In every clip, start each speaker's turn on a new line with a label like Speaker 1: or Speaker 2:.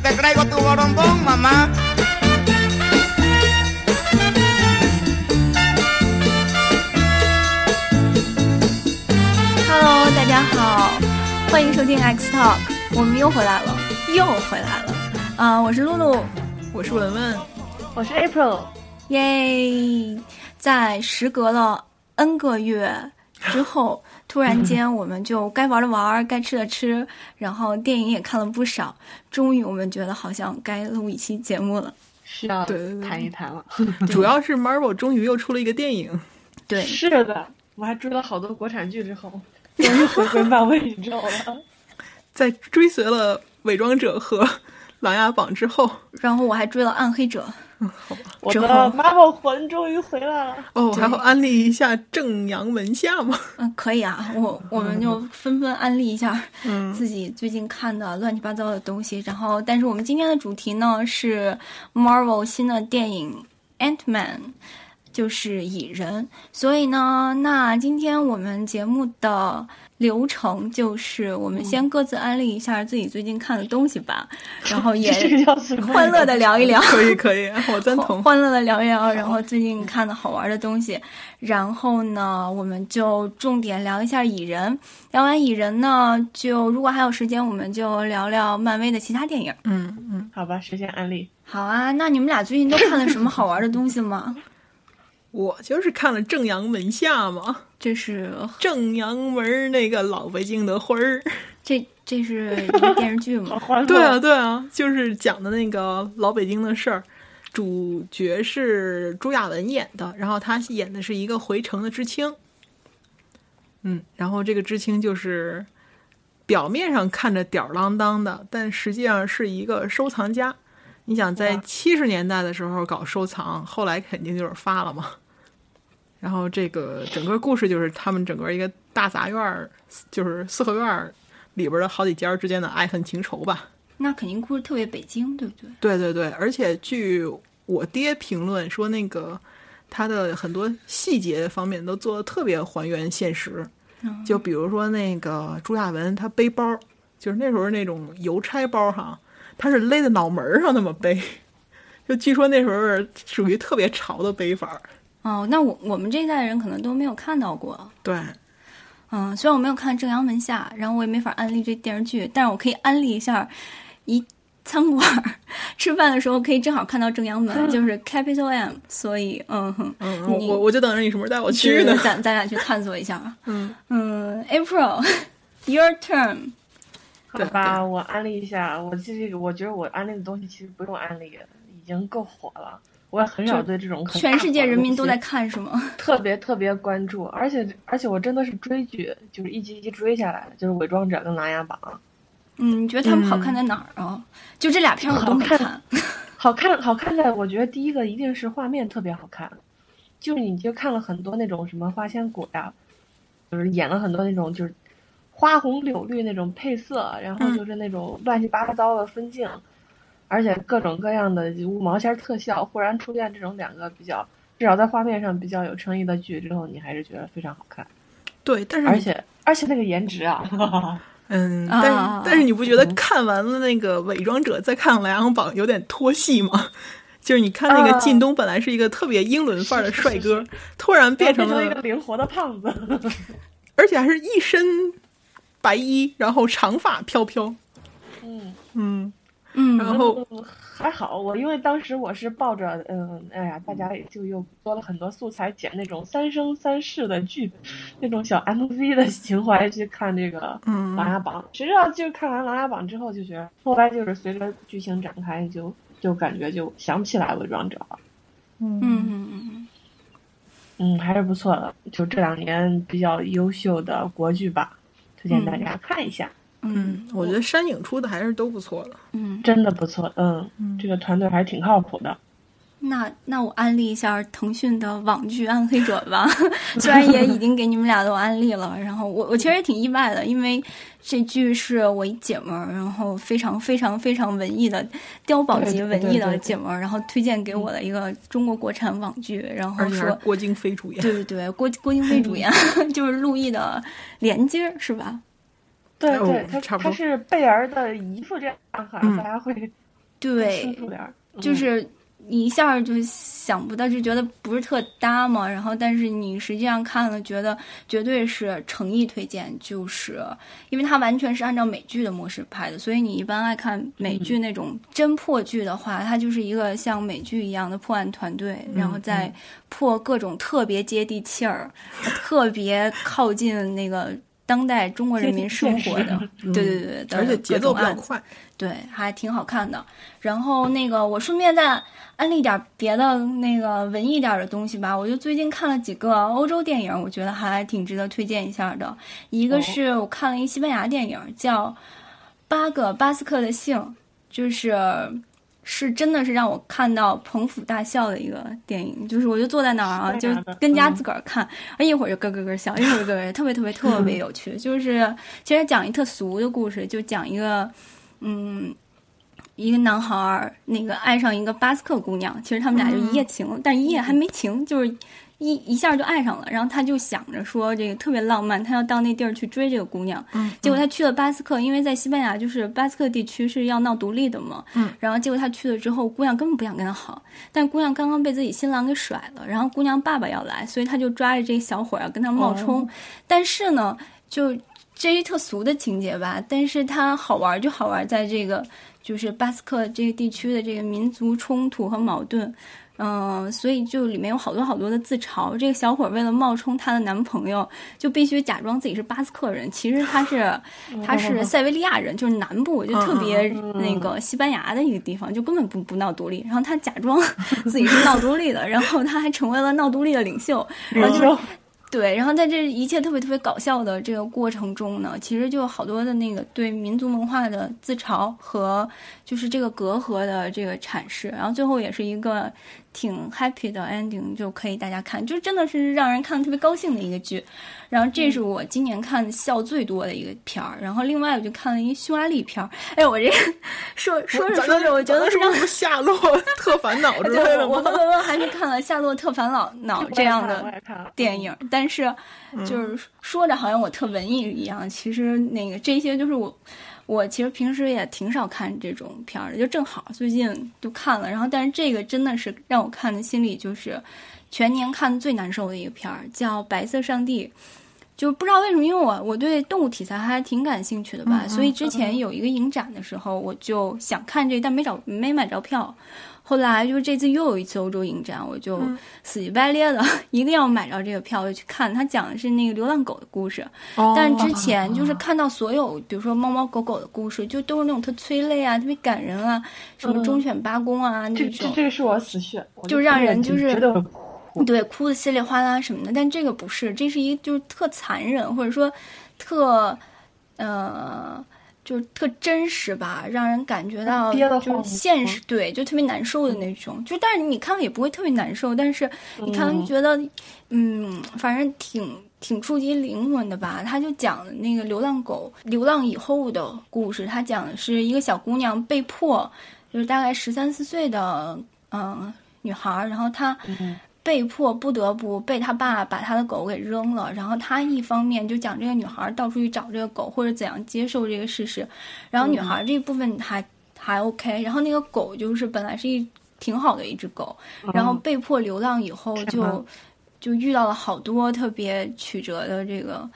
Speaker 1: te traigo tu borombón, mamá.
Speaker 2: Hello，大家好，欢迎收听 X Talk，我们又回来了，又回来了。啊、我是露露，
Speaker 3: 我是文文，
Speaker 4: 我是 April，
Speaker 2: 耶！在时隔了 N 个月之 后，突然间我们就该玩的玩，该吃的吃，然后电影也看了不少，终于我们觉得好像该录一期节目了。
Speaker 4: 需要
Speaker 3: 对对对
Speaker 4: 谈一谈了。
Speaker 3: 主要是 Marvel 终于又出了一个电影，
Speaker 2: 对，
Speaker 4: 是的，我还追了好多国产剧之后，终于回归漫威宇宙了。
Speaker 3: 在追随了《伪装者》和 《琅琊榜》之后，
Speaker 2: 然后我还追了《暗黑者
Speaker 4: 我
Speaker 2: 之
Speaker 4: 的
Speaker 2: 后
Speaker 4: Marvel 魂终于回来了。
Speaker 3: 哦，我还
Speaker 2: 对
Speaker 3: 要安利一下正阳门下嘛，》。
Speaker 2: 嗯，可以啊，我我们就纷纷安利一下
Speaker 3: 嗯，
Speaker 2: 自己最近看的乱七八糟的东西。然后，但是我们今天的主题呢是 Marvel 新的电影《Ant Man》，就是蚁人。所以呢，那今天我们节目的流程就是，我们先各自安利一下自己最近看的东西吧，然 后也
Speaker 4: 这个叫什么？
Speaker 2: 欢乐的聊一聊。
Speaker 3: 可以可以，我赞
Speaker 2: 欢
Speaker 3: 同。
Speaker 2: 欢乐的聊一聊，然后最近看的好玩的东西，然后呢，我们就重点聊一下蚁人。聊完蚁人呢，就如果还有时间，我们就聊聊漫威的其他电影。
Speaker 3: 嗯嗯，
Speaker 4: 好吧，实现案例。
Speaker 2: 好啊，那你们俩最近都看了什么好玩的东西吗？
Speaker 3: 我就是看了正阳门下嘛，
Speaker 2: 这是
Speaker 3: 正阳门儿那个老北京的花儿。
Speaker 2: 这这是一个电视剧
Speaker 4: 好
Speaker 2: 吗？
Speaker 4: 欢乐。
Speaker 3: 对啊，对啊，就是讲的那个老北京的事儿。主角是朱亚文演的，然后他演的是一个回城的知青。嗯，然后这个知青就是表面上看着吊儿郎当的，但实际上是一个收藏家。你想，在
Speaker 4: 哇
Speaker 3: 七十年代的时候搞收藏，后来肯定就是发了嘛。然后这个整个故事就是他们整个一个大杂院儿，就是四合院儿里边儿的好几家儿之间的爱恨情仇吧。
Speaker 2: 那肯定故事特别北京，对不对？
Speaker 3: 对对对，而且据我爹评论说，那个他的很多细节方面都做的特别还原现实。
Speaker 2: 嗯
Speaker 3: 就比如说那个朱亚文，他背包，就是那时候那种邮差包哈，他是勒在脑门儿上那么背。 就据说那时候是属于特别潮的背法儿。
Speaker 2: 哦，那我我们这一代人可能都没有看到过。啊
Speaker 3: 对，
Speaker 2: 嗯，虽然我没有看《正阳门下》，然后我也没法安利这电视剧，但是我可以安利一下一餐馆儿， 吃饭的时候可以正好看到正阳 门，就是 Capital M，所以嗯哼，
Speaker 3: 嗯，我
Speaker 2: 你
Speaker 3: 我我就等着你什么时候带我去呢
Speaker 2: 就是。咱咱俩去探索一下。啊
Speaker 3: 嗯
Speaker 2: 嗯，April，Your turn，
Speaker 4: 好
Speaker 3: 对
Speaker 4: 吧，我安利一下。我这个，我觉得我安利的东西其实不用安利，已经够火了。我也很少对这种很
Speaker 2: 全世界人民都在
Speaker 4: 大火
Speaker 2: 看是吗？
Speaker 4: 的东西特别特别关注，而且而且我真的是追剧，就是一集一集追下来的，就是《伪装者》跟《琅琊榜》。
Speaker 2: 嗯，你觉得他们好看在哪儿啊？就这俩片儿我都没
Speaker 4: 好
Speaker 2: 看。
Speaker 4: 好看，好看的，我觉得第一个一定是画面特别好看，就是你就看了很多那种什么花千骨呀，就是演了很多那种就是花红柳绿那种配色，然后就是那种乱七八糟的分镜，而且各种各样的五毛钱特效，忽然出现这种两个比较至少在画面上比较有诚意的剧之后，你还是觉得非常好看，
Speaker 3: 对，但是
Speaker 4: 而
Speaker 3: 你
Speaker 4: 且而且那个颜值啊，
Speaker 3: 嗯，
Speaker 2: 啊
Speaker 3: 但是、但是你不觉得
Speaker 4: 嗯
Speaker 3: 看完了那个《伪装者》再看《莱昂榜》有点脱戏吗？ 就是你看那个
Speaker 4: 啊
Speaker 3: 靳东本来是一个特别英伦范儿的帅哥，突然变成
Speaker 4: 成了一
Speaker 3: 了
Speaker 4: 个，灵活的胖子。
Speaker 3: 而且还是一身白衣，然后长发飘飘。
Speaker 4: 嗯，
Speaker 3: 嗯，然
Speaker 2: 嗯，
Speaker 3: 后
Speaker 4: 嗯还好，我因为当时我是抱着嗯，哎呀，大家也就又多了很多素材，剪那种三生三世的剧，那种小 MV 的情怀去看这个《琅
Speaker 3: 嗯，
Speaker 4: 琊榜》。谁知道就是看完《琅琊榜》之后，就觉得后来就是随着剧情展开就，就感觉就想不起来《伪装者》了。
Speaker 2: 嗯嗯嗯
Speaker 4: 嗯，还是不错的，就这两年比较优秀的国剧吧，推荐大家看一下，
Speaker 2: 嗯
Speaker 3: 嗯，我觉得山影出的还是都不错的。
Speaker 2: 嗯，
Speaker 4: 真的不错。嗯，
Speaker 3: 嗯
Speaker 4: 这个团队还是挺靠谱的。
Speaker 2: 那那我安利一下腾讯的网剧《暗黑者》 吧，虽然也已经给你们俩都安利了，然后我我其实也挺意外的，因为这剧是我一姐们儿，然后非常非常非常文艺的碉堡级
Speaker 4: 对对
Speaker 2: 文
Speaker 4: 对
Speaker 2: 艺
Speaker 4: 对
Speaker 2: 的
Speaker 4: 对嗯
Speaker 2: 姐们儿，然后推荐给我的一个中国国产网剧，然后
Speaker 3: 而且还是
Speaker 2: 说。
Speaker 3: 郭京飞主演，
Speaker 2: 对对对，郭郭京飞主演， 就是陆毅的连接儿是吧？
Speaker 4: 对
Speaker 3: 哦
Speaker 4: 对，他
Speaker 3: 差不
Speaker 4: 他
Speaker 3: 多
Speaker 4: 是贝儿的姨父这样哈，
Speaker 3: 嗯
Speaker 4: 大家会
Speaker 2: 对
Speaker 4: 庆，祝点儿，嗯
Speaker 2: 就是你一下儿就想不到，就觉得不是特搭嘛。然后，但是你实际上看了，觉得绝对是诚意推荐，就是因为它完全是按照美剧的模式拍的，所以你一般爱看美剧那种侦破剧的话，它就是一个像美剧一样的破案团队，然后再破各种特别接地气儿、特别靠近那个。当代中国人民生活的，对对对，对
Speaker 3: 嗯而且节奏比
Speaker 2: 各种
Speaker 3: 较
Speaker 2: 案子
Speaker 3: 快。
Speaker 2: 对，还挺好看的。然后那个，我顺便再安利点别的那个文艺点的东西吧。我就最近看了几个欧洲电影，我觉得还挺值得推荐一下的。一个是我看了一西班牙电影，叫《八个巴斯克的姓》，就是是真的是让我看到捧腹大笑的一个电影。就是我就坐在那儿啊，
Speaker 4: 西
Speaker 2: 就
Speaker 4: 班牙的
Speaker 2: 跟家
Speaker 4: 嗯
Speaker 2: 自个儿看，啊一会儿就咯咯咯笑，一会儿咯咯，特别特别特别有 趣。就是其实讲一特俗的故事，就讲一个。嗯，一个男孩儿那个爱上一个巴斯克姑娘，其实他们俩就
Speaker 4: 嗯
Speaker 2: 一夜情，但一夜还没情，就是一一下就爱上了。然后他就想着说这个特别浪漫，他要到那地儿去追这个姑娘。
Speaker 3: 嗯，
Speaker 2: 结果他去了巴斯克，因为在西班牙就是巴斯克地区是要闹独立的嘛。
Speaker 3: 嗯，
Speaker 2: 然后结果他去了之后，姑娘根本不想跟他好，但姑娘刚刚被自己新郎给甩了，然后姑娘爸爸要来，所以他就抓着这小伙儿要跟他冒充。但是呢，就这一特俗的情节吧，但是它好玩儿就好玩儿在这个就是巴斯克这个地区的这个民族冲突和矛盾。嗯、所以就里面有好多好多的自嘲。这个小伙儿为了冒充她的男朋友，就必须假装自己是巴斯克人，其实他是他是塞维利亚人，就是南部，就特别那个西班牙的一个地方，就根本不不闹独立。然后他假装 自己是闹独立的，然后他还成为了闹独立的领袖，然后就
Speaker 4: 就
Speaker 2: 对，然后在这一切特别特别搞笑的这个过程中呢，其实就有好多的那个对民族文化的自嘲和就是这个隔阂的这个阐释，然后最后也是一个挺 happy 的 ending，就可以大家看，就真的是让人看得特别高兴的一个剧。然后这是我今年看的笑最多的一个片儿，然后另外我就看了一匈牙利片儿，哎，我这个说说着说着，我觉得
Speaker 3: 是
Speaker 2: 是
Speaker 3: 不是夏洛 特烦恼之类
Speaker 2: 对，
Speaker 3: 的
Speaker 2: 我
Speaker 3: 吗
Speaker 2: 和？文文还是看了《夏洛特烦恼》脑啊 这样的
Speaker 4: 我也看了嗯
Speaker 2: 电影，但是就是说着好像我特文艺一样，其实那个这些就是我，我其实平时也挺少看这种片儿的，就正好最近就看了，然后但是这个真的是让我看的心里就是全年看的最难受的一个片儿，叫《白色上帝》。就不知道为什么，因为我我对动物题材还挺感兴趣的吧，所以之前有一个影展的时候，我就想看这个，但没找没买着票。后来就是这次又有一次欧洲影展，我就
Speaker 4: 嗯
Speaker 2: 死乞白咧的、 一定要买着这个票，我就去看。它讲的是那个流浪狗的故事，
Speaker 3: 哦
Speaker 2: 但之前
Speaker 4: 啊
Speaker 2: 就是看到所有，比如说猫猫狗狗的故事，就都是那种特催泪啊，特别感人啊，什么忠犬八公啊、
Speaker 4: 嗯这
Speaker 2: 那
Speaker 4: 这
Speaker 2: 种，
Speaker 4: 这个是我死穴，我
Speaker 2: 就让人就是
Speaker 4: 绝对会哭。
Speaker 2: 对，哭的稀里哗啦什么的。但这个不是，这是一就是特残忍，或者说特呃。就是特真实吧，让人感觉到
Speaker 4: 嗯憋得
Speaker 2: 就是
Speaker 4: 慌嗯
Speaker 2: 现实，对，就特别难受的那种。就但是你看了也不会特别难受，但是你看完就
Speaker 4: 嗯
Speaker 2: 觉得，嗯，反正挺挺触及灵魂的吧。他就讲了那个流浪狗流浪以后的故事，他讲的是一个小姑娘被迫，就是大概十三四岁的嗯女孩儿，然后她
Speaker 4: 嗯
Speaker 2: 被迫不得不被她爸把她的狗给扔了，然后她一方面就讲这个女孩儿到处去找这个狗或者怎样接受这个事实，然后女
Speaker 4: 嗯
Speaker 2: 孩儿这部分还、还 OK，然后那个狗就是本来是一挺好的一只狗，然后被迫流浪以后
Speaker 4: 嗯是
Speaker 2: 就、
Speaker 4: 吗
Speaker 2: 就遇到了好多特别曲折的这个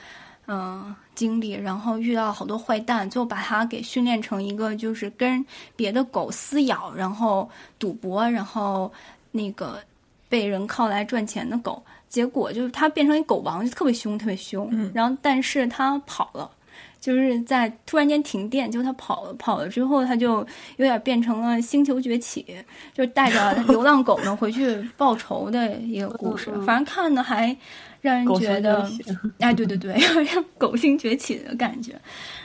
Speaker 2: 嗯、呃经历，然后遇到好多坏蛋，最后把它给训练成一个就是跟别的狗撕咬，然后赌博，然后那个被人靠来赚钱的狗。结果就是它变成一狗王，就特别凶，特别凶。
Speaker 3: 嗯
Speaker 2: 然后但是它跑了。就是在突然间停电，就它跑了，跑了之后，它就有点变成了星球崛起，就带 着流浪狗们回去报仇的一个故事。反正看的还让人
Speaker 4: 嗯狗
Speaker 2: 觉
Speaker 4: 熊
Speaker 2: 得
Speaker 4: 流，血
Speaker 2: 哎，对对对，有点狗性崛起的感觉。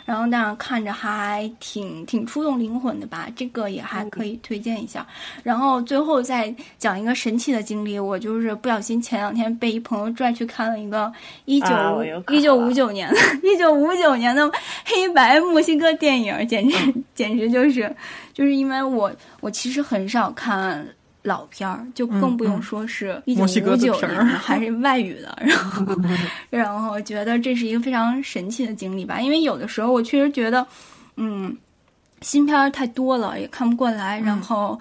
Speaker 2: 然后，但是看着还挺挺触动灵魂的吧，这个也还
Speaker 4: 嗯
Speaker 2: 可以推荐一下。然后最后再讲一个神奇的经历，我就是不小心前两天被一朋友拽去看了一个一九
Speaker 4: 啊我又看
Speaker 2: 一
Speaker 4: 了
Speaker 2: 九五九年的一九五九年的黑白墨西哥电影，简直、
Speaker 4: 嗯
Speaker 2: 简直就是就是因为我我其实很少看。老片儿就
Speaker 4: 嗯
Speaker 2: 更不用说是一九
Speaker 3: 墨西哥
Speaker 2: 五
Speaker 3: 的
Speaker 2: 九
Speaker 3: 片
Speaker 2: 年
Speaker 3: 儿
Speaker 2: 的还 是外语的，然后然后觉得这是一个非常神奇的经历吧，因为有的时候我确实觉得，嗯，新片儿太多了，也看不过来，
Speaker 3: 嗯
Speaker 2: 然后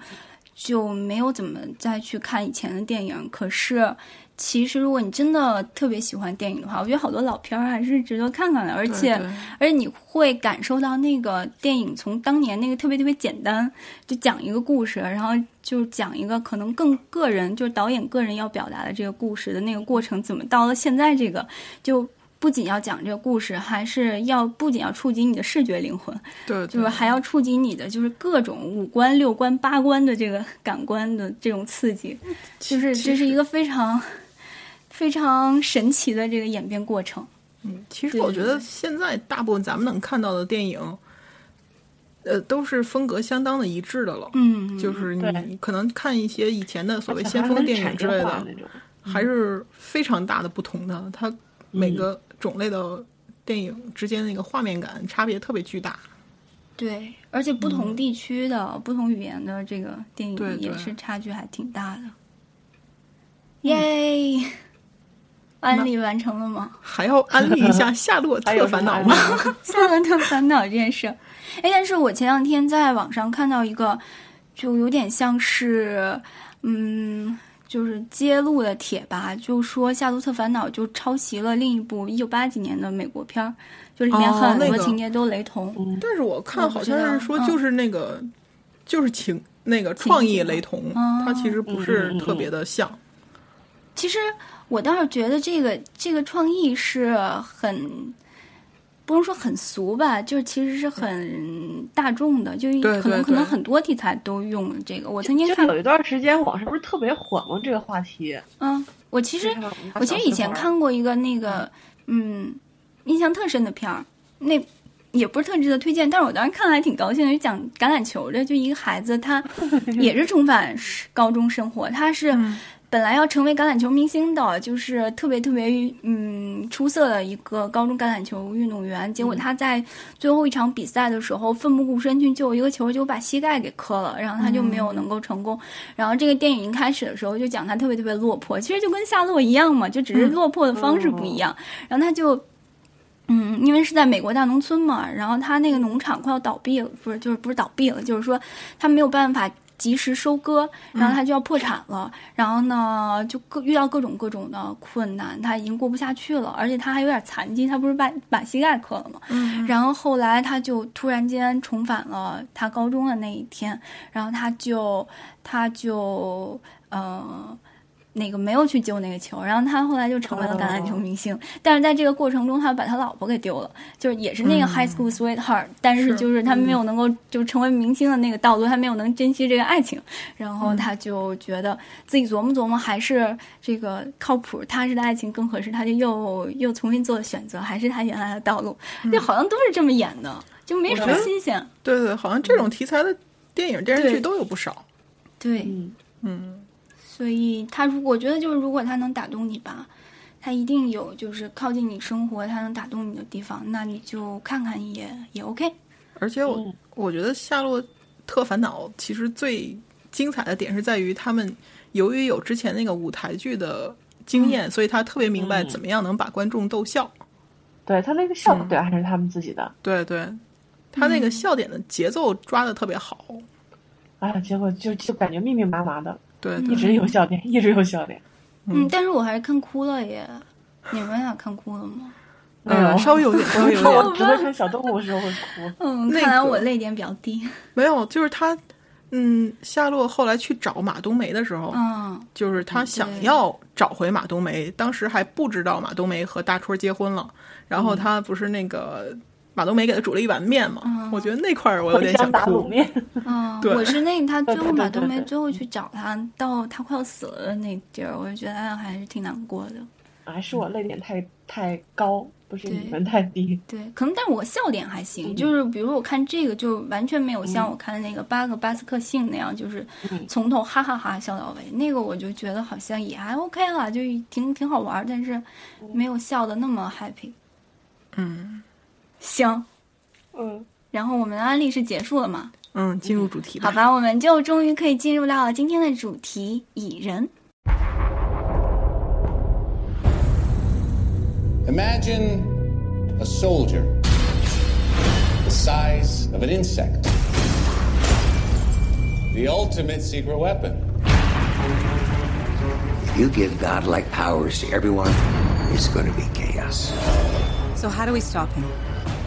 Speaker 2: 就没有怎么再去看以前的电影。可是，其实如果你真的特别喜欢电影的话，我觉得好多老片儿还是值得看看的，而
Speaker 3: 对
Speaker 2: 且
Speaker 3: 对
Speaker 2: 而且你会感受到那个电影从当年那个特别特别简单，就讲一个故事，然后就讲一个可能更个人，就是导演个人要表达的这个故事的那个过程，怎么到了现在这个，就不仅要讲这个故事，还是要不仅要触及你的视觉灵魂，
Speaker 3: 对，
Speaker 2: 就是还要触及你的就是各种五官、六官、八官的这个感官的这种刺激，
Speaker 3: 就
Speaker 2: 就是这是一个非常非常神奇的这个演变过程。
Speaker 3: 嗯，其实
Speaker 2: 对
Speaker 3: 我
Speaker 2: 对
Speaker 3: 觉
Speaker 2: 对
Speaker 3: 得现在大部分咱们能看到的电影，呃，都是风格相当的一致的了。
Speaker 2: 嗯，
Speaker 3: 就是你
Speaker 4: 对
Speaker 3: 可能看一些以前的所谓
Speaker 4: 而且
Speaker 3: 先
Speaker 4: 还
Speaker 3: 锋
Speaker 4: 很
Speaker 3: 电影
Speaker 4: 产
Speaker 3: 之
Speaker 4: 业
Speaker 3: 类
Speaker 4: 化嗯
Speaker 3: 的
Speaker 4: 那，种。
Speaker 3: 还是非常大的不同的。它
Speaker 4: 嗯
Speaker 3: 每个种类的电影之间那个画面感差别特别巨大。
Speaker 2: 对，而且不同地区的、不同语言的这个电
Speaker 3: 嗯对
Speaker 2: 影
Speaker 3: 对？
Speaker 2: 也是差距还挺大的。耶！安利完成了吗
Speaker 3: 还要安利一下《夏洛
Speaker 4: 还有
Speaker 3: 特
Speaker 4: 什
Speaker 3: 烦
Speaker 4: 么
Speaker 3: 恼》
Speaker 4: 案
Speaker 3: 吗？
Speaker 4: 例吗？
Speaker 2: 夏洛特烦恼这件事，哎，但是我前两天在网上看到一个，就有点像是，嗯，就是揭露的帖吧，就说《夏洛特烦恼》就抄袭了另一部一九八几年的美国片儿，就里面
Speaker 3: 哦
Speaker 2: 很
Speaker 3: 那
Speaker 2: 多
Speaker 3: 个
Speaker 2: 情节都雷同。
Speaker 3: 但是我看
Speaker 2: 我
Speaker 3: 好
Speaker 2: 不知
Speaker 3: 像
Speaker 2: 道
Speaker 3: 是说
Speaker 2: 嗯
Speaker 3: 就是那个、就是情那个创意
Speaker 2: 景
Speaker 3: 雷同，
Speaker 2: 哦
Speaker 3: 它其实不是
Speaker 4: 嗯嗯嗯
Speaker 3: 特别的像。
Speaker 2: 其实我倒是觉得这个这个创意是很，不能说很俗吧，就是其实是很大众的，就是
Speaker 3: 对
Speaker 2: 可能
Speaker 3: 对
Speaker 2: 可能
Speaker 3: 对
Speaker 2: 很多题材都用了这个。我 曾经
Speaker 4: 就
Speaker 2: 看，
Speaker 4: 有一段时间，网上不是特别火吗？这个话题。
Speaker 2: 嗯，我其实
Speaker 4: 就是拿
Speaker 2: 我其实
Speaker 4: 小
Speaker 2: 以
Speaker 4: 石
Speaker 2: 前
Speaker 4: 头儿
Speaker 2: 看过一个那个，嗯，印象特深的片儿，那也不是特值得推荐，但是我当时看了还挺高兴的，就讲橄榄球的，就一个孩子他也是重返高中生活，他是
Speaker 3: 嗯
Speaker 2: 本来要成为橄榄球明星的，就是特别特别嗯出色的一个高中橄榄球运动员，结果他在最后一场比赛的时候奋不顾身去救一个球，结果把膝盖给磕了，然后他就没有能够成功。然后这个电影一开始的时候就讲他特别特别落魄，其实就跟夏洛一样嘛，就只是落魄的方式不一样。然后他就。嗯，因为是在美国大农村嘛，然后他那个农场快要倒闭了，不是，就是不是倒闭了，就是说他没有办法及时收割，然后他就要破产了，然后呢就各遇到各种各种的困难，他已经过不下去了，而且他还有点残疾，他不是把把膝盖磕了吗？
Speaker 3: 嗯
Speaker 2: 然后后来他就突然间重返了他高中的那一天，然后他就他就呃。那个没有去救那个球，然后他后来就成为了橄榄球明星。但是在这个过程中，他把他老婆给丢了，就是也是那个 high school sweetheart，、但是
Speaker 3: 嗯是嗯
Speaker 2: 就是他没有能够就成为明星的那个道路，他没有能珍惜这个爱情，然
Speaker 3: 嗯
Speaker 2: 后他就觉得自己琢磨琢磨，还是这个靠谱踏实的爱情更合适，他就又又重新做了选择，还是他原来的道路，就好像都是这么演的，就没什么
Speaker 3: 嗯我觉得
Speaker 2: 新鲜。
Speaker 3: 对对，好像这种题材的电影、电视剧
Speaker 2: 对
Speaker 3: 都有不少。
Speaker 2: 对，
Speaker 4: 嗯，
Speaker 3: 嗯，
Speaker 2: 所以他如我觉得就是，如果他能打动你吧，他一定有就是靠近你生活，他能打动你的地方，那你就看看也也 OK。
Speaker 3: 而且我、
Speaker 4: 嗯
Speaker 3: 我觉得《夏洛特烦恼》其实最精彩的点是在于他们由于有之前那个舞台剧的经验，所以他特别明白
Speaker 4: 嗯
Speaker 3: 怎么样能把观众逗笑。
Speaker 4: 对他那个笑点还是他们自己的，
Speaker 3: 对对，嗯他那个笑点的节奏抓的特别好。
Speaker 4: 哎，结果就就感觉密密麻麻的，
Speaker 3: 对
Speaker 2: 嗯
Speaker 3: 对
Speaker 4: 一直有笑点，一直有笑点。
Speaker 3: 嗯
Speaker 2: 嗯，但是我还是看哭了耶。你们俩看哭了吗？
Speaker 4: 没有
Speaker 3: 呃，稍微有点，稍微有点
Speaker 4: 我只会看小动物的时候会哭。
Speaker 2: 嗯，
Speaker 3: 那
Speaker 2: 看来
Speaker 3: 个
Speaker 2: 我泪点比较低。
Speaker 3: 没有，就是他，嗯，夏洛后来去找马冬梅的时候，
Speaker 2: 嗯，
Speaker 3: 就是他想
Speaker 2: 对
Speaker 3: 要找回马冬梅，当时还不知道马冬梅和大春结婚了，然后他不是那个马冬梅给他煮了一碗面嘛，
Speaker 2: 嗯
Speaker 3: 我觉得那块儿我有
Speaker 4: 茴
Speaker 3: 点想
Speaker 4: 香打卤
Speaker 3: 哭，
Speaker 4: 面，
Speaker 2: 嗯，
Speaker 3: 对
Speaker 2: 我是那个他最后
Speaker 4: 对对
Speaker 2: 马
Speaker 4: 对
Speaker 2: 冬梅
Speaker 4: 对
Speaker 2: 最后去找他，到他快要死了的那地儿，我就觉得哎还是挺难过的。
Speaker 4: 还是我泪点太太高，不是
Speaker 2: 对
Speaker 4: 你们太低。
Speaker 2: 对，可能但我笑点还行，
Speaker 4: 嗯
Speaker 2: 就是比如我看这个就完全没有像
Speaker 4: 嗯
Speaker 2: 我看那个《八个巴斯克姓》那样，就是
Speaker 4: 嗯
Speaker 2: 从头哈哈哈笑到尾。那个我就觉得好像也还 OK 啦，就挺挺好玩儿，但是没有笑的那么 happy。
Speaker 3: 嗯
Speaker 2: 行，
Speaker 4: 嗯，
Speaker 2: 然后我们的案例是结束了嘛？
Speaker 3: 嗯，进入主题吧
Speaker 2: 好，吧，我们就终于可以进入到了今天的主题——蚁人。
Speaker 5: Imagine a soldier the size of an insect. the ultimate secret weapon.
Speaker 6: If you give godlike powers to everyone, it's going to be chaos.
Speaker 7: So how do we stop him?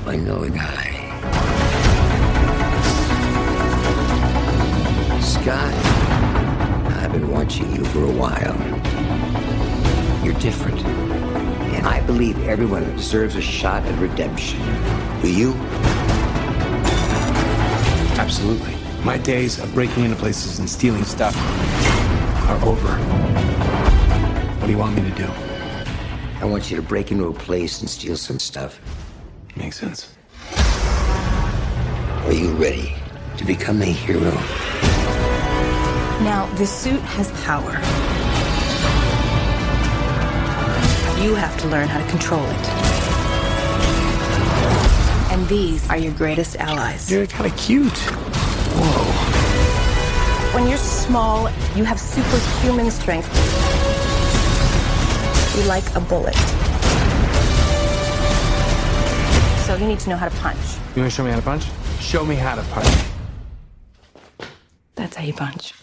Speaker 6: I know a guy. Scott, I've been watching you for a while. You're different. And I believe everyone deserves a shot at redemption. Do you?
Speaker 8: Absolutely. My days of breaking into places and stealing stuff are over. What do you want me to do?
Speaker 6: I want you to break into a place and steal some stuff.
Speaker 8: Makes sense.
Speaker 6: Are you ready to become a hero?
Speaker 7: Now, the suit has power. You have to learn how to control it. And these are your greatest allies.
Speaker 8: You're kind of cute. Whoa.
Speaker 7: When you're small, you have superhuman strength. You like a bullet. So you need to know how to punch.
Speaker 8: You want to show me how to punch? Show me how to punch.
Speaker 7: That's how you punch.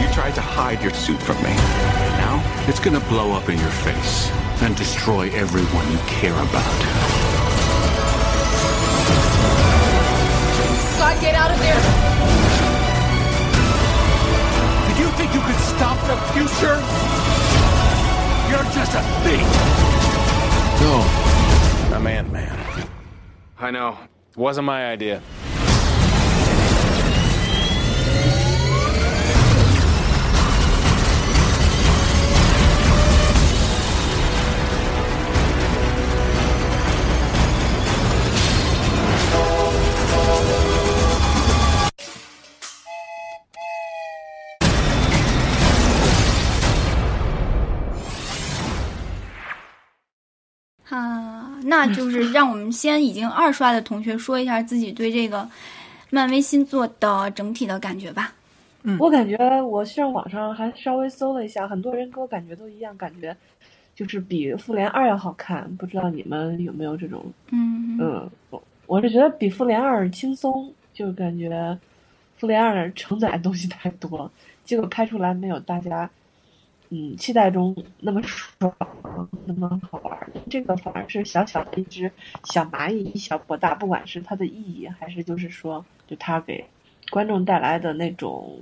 Speaker 9: You tried to hide your suit from me. Now it's gonna blow up in your face and destroy everyone you care about.
Speaker 7: Scott, get out of there!
Speaker 9: Did you think you could stop the future? You're just a thief.
Speaker 8: No. I'm Ant Man. I know. Wasn't my idea.
Speaker 2: 啊，那就是让我们先已经二刷的同学说一下自己对这个漫威新作的整体的感觉吧。
Speaker 4: 嗯我感觉我上网上还稍微搜了一下，很多人跟我感觉都一样，感觉就是比《复联二》要好看。不知道你们有没有这种？
Speaker 2: 嗯
Speaker 4: 嗯，我我是觉得比《复联二》轻松，就感觉《复联二》承载的东西太多，结果拍出来没有大家嗯期待中那么爽，那么好玩儿。这个反而是小小的一只嗯小蚂蚁一小博大，不管是它的意义，还是就是说，就它给观众带来的那种。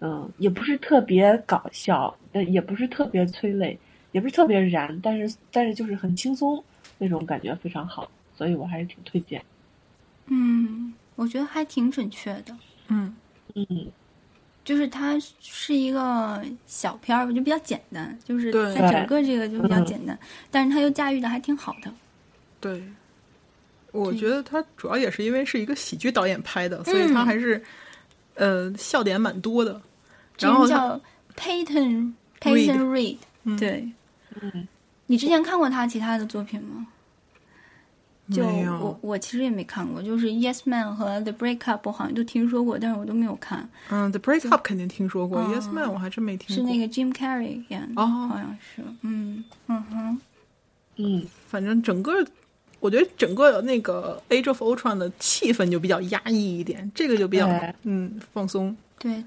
Speaker 4: 嗯，也不是特别搞笑，呃，也不是特别催泪，也不是特别燃，但是但是就是很轻松那种感觉非常好，所以我还是挺推荐。
Speaker 2: 嗯，我觉得还挺准确的。
Speaker 3: 嗯，
Speaker 4: 嗯，
Speaker 2: 就是它是一个小片儿，我觉得比较简单，就是
Speaker 3: 对
Speaker 2: 它整个这个就比较简单，但是它又驾驭的还挺好的。
Speaker 3: 对，我
Speaker 2: 对
Speaker 3: 觉得他主要也是因为是一个喜剧导演拍的，所以他
Speaker 2: 嗯
Speaker 3: 还是呃笑点蛮多的。
Speaker 2: 这
Speaker 3: 然
Speaker 2: 人
Speaker 3: 后他
Speaker 2: 叫 Peyton
Speaker 3: Reed
Speaker 2: Peyton Reed，
Speaker 3: 嗯
Speaker 2: 对，你之前看过他其他的作品吗？就
Speaker 3: 没有
Speaker 2: 我我其实也没看过，就是《Yes Man》和《The Breakup》我好像都听说过，但是我都没有看。
Speaker 3: 嗯，The Break Up 肯定听说过
Speaker 2: 嗯
Speaker 3: ，Yes Man 我还真没听
Speaker 2: 是
Speaker 3: 过。
Speaker 2: 那个 Jim Carrey 演的，
Speaker 3: 哦
Speaker 2: 好像是，嗯嗯哼，
Speaker 4: 嗯，
Speaker 3: 反正整个，我觉得整个那个 Age of Ultron 的气氛就比较压抑一点，这个就比较
Speaker 4: 对
Speaker 3: 嗯放松。
Speaker 2: 对，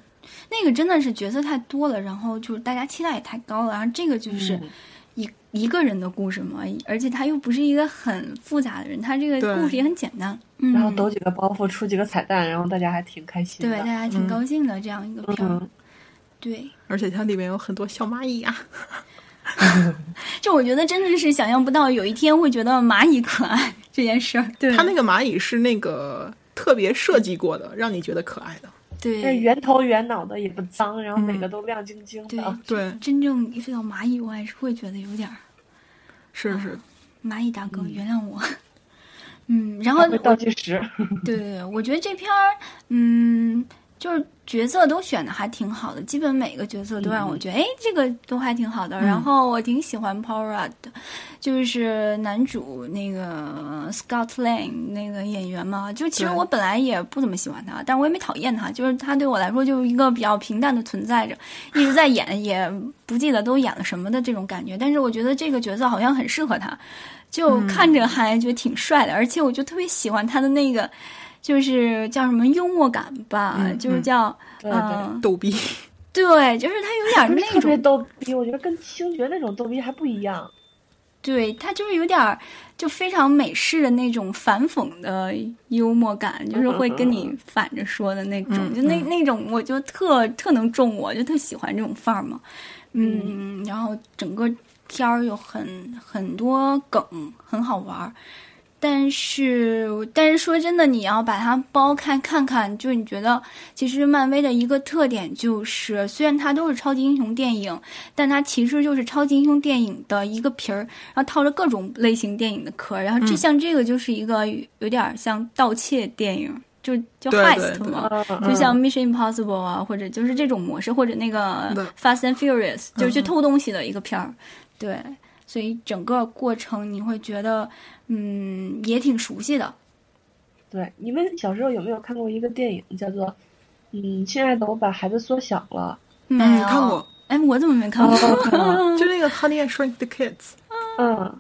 Speaker 2: 那个真的是角色太多了，然后就是大家期待也太高了，然后这个就是
Speaker 4: 嗯
Speaker 2: 一、一个人的故事嘛，而且他又不是一个很复杂的人，他这
Speaker 3: 对
Speaker 2: 个故事也很简单，嗯，
Speaker 4: 然后抖几个包袱，出几个彩蛋，然后大家还挺开心
Speaker 2: 对大
Speaker 4: 的。
Speaker 2: 家挺高兴的、这样一个片儿，
Speaker 4: 嗯，
Speaker 2: 对，
Speaker 3: 而且它里面有很多小蚂蚁啊，
Speaker 2: 这我觉得真的是想象不到有一天会觉得蚂蚁可爱这件事儿，对
Speaker 3: 它那个蚂蚁是那个特别设计过的，让你觉得可爱的。
Speaker 4: 那
Speaker 2: 对。
Speaker 4: 圆头圆脑的也不脏，然后每个都亮晶晶
Speaker 2: 嗯对
Speaker 4: 的。
Speaker 3: 对，
Speaker 2: 真正遇到蚂蚁，我还是会觉得有点儿嗯
Speaker 3: 是是，
Speaker 2: 蚂蚁大哥，原谅我。 嗯，然后
Speaker 4: 还会倒计时，
Speaker 2: 对对对，我觉得这片儿，嗯，就是角色都选的还挺好的，基本每个角色都让我觉得，哎、这个都还挺好的。然后我挺喜欢 Paul Rudd，的就是男主那个呃 Scott Lang 那个演员嘛。就其实
Speaker 3: 对
Speaker 2: 我本来也不怎么喜欢他，但我也没讨厌他，就是他对我来说就是一个比较平淡的存在着，一直在演，也不记得都演了什么的这种感觉。但是我觉得这个角色好像很适合他，就看着还觉得挺帅的，而且我就特别喜欢他的那个。就是叫什么幽默感吧，
Speaker 3: 嗯
Speaker 2: 就是
Speaker 3: 嗯
Speaker 2: 叫
Speaker 4: 对
Speaker 2: 嗯，
Speaker 3: 逗逼，
Speaker 2: 对，就是他有
Speaker 4: 不
Speaker 2: 点
Speaker 4: 是
Speaker 2: 那
Speaker 4: 特别
Speaker 2: 种，
Speaker 4: 逗逼，我觉得跟星爵那种逗逼还不一样。
Speaker 2: 对他就是有点儿就非常美式的那种反讽的幽默感，就是会跟
Speaker 4: 嗯
Speaker 2: 你反着说的那种，
Speaker 3: 嗯
Speaker 2: 就那
Speaker 3: 嗯
Speaker 2: 那种我就特特能中我，就特喜欢这种范儿嘛。嗯，然后整个片儿有很很多梗，很好玩儿。但是，但是说真的，你要把它包看看看，就你觉得，其实漫威的一个特点就是，虽然它都是超级英雄电影，但它其实就是超级英雄电影的一个皮儿，然后套着各种类型电影的壳儿，然后
Speaker 3: 嗯
Speaker 2: 这像这个就是一个有点儿像盗窃电影，就就
Speaker 3: 对
Speaker 2: heist
Speaker 3: 对
Speaker 2: 嘛，
Speaker 4: 嗯
Speaker 2: 就
Speaker 4: 嗯
Speaker 2: 像 Mission Impossible 啊，或者就是这种模式，或者那个
Speaker 3: 对
Speaker 2: Fast and Furious，就是
Speaker 3: 嗯
Speaker 2: 去偷东西的一个片儿。对，所以整个过程你会觉得，嗯，也挺熟悉的。
Speaker 4: 对，你们小时候有没有看过一个电影叫做《嗯，亲爱的，我把孩子缩小了
Speaker 2: 没有
Speaker 3: 嗯看过。
Speaker 2: 哎，我怎么没看》过？嗯
Speaker 4: 哦？
Speaker 3: 就那个 Honey I Shrunk the Kids，
Speaker 4: 嗯，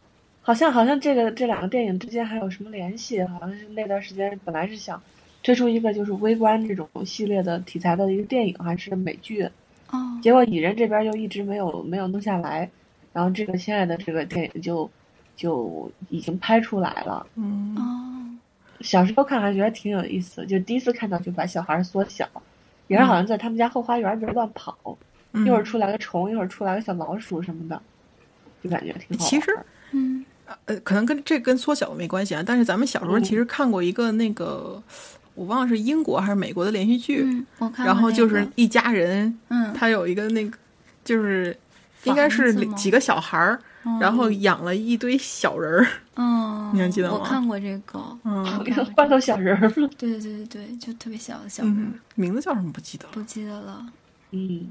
Speaker 4: 好像好像这个这两个电影之间还有什么联系？好像是那段时间本来是想推出一个就是微观这种系列的题材的一个电影还是美剧，
Speaker 2: 哦，
Speaker 4: 结果蚁人这边就一直没有没有弄下来，然后这个亲爱的这个电影就就已经拍出来了。
Speaker 3: 嗯，
Speaker 2: 哦，
Speaker 4: 小时候看还觉得挺有意思的，就第一次看到就把小孩儿缩小，也是
Speaker 3: 嗯
Speaker 4: 好像在他们家后花园里边乱跑，一会儿出来个虫，一会儿出来个小老鼠什么的，就感觉挺好玩儿。
Speaker 3: 其实
Speaker 2: 嗯，
Speaker 3: 呃，可能跟这跟缩小没关系啊，但是咱们小时候
Speaker 4: 嗯
Speaker 3: 其实看过一个那个，我忘了是英国还是美国的连续剧，
Speaker 2: 嗯我看过那个。
Speaker 3: 然后就是一家人，
Speaker 2: 嗯，
Speaker 3: 他有一个那个，就是应该是
Speaker 2: 房子吗
Speaker 3: 几个小孩儿，
Speaker 2: 嗯
Speaker 3: 然后养了一堆小人儿，
Speaker 2: 嗯，
Speaker 3: 你还记得吗
Speaker 2: 我看过这个。
Speaker 3: 嗯
Speaker 4: 换到小人儿了，
Speaker 2: 对对对对对，就特别小的小人儿，
Speaker 3: 嗯， 名字叫什么不记得了。
Speaker 2: 不记得了。
Speaker 4: 嗯，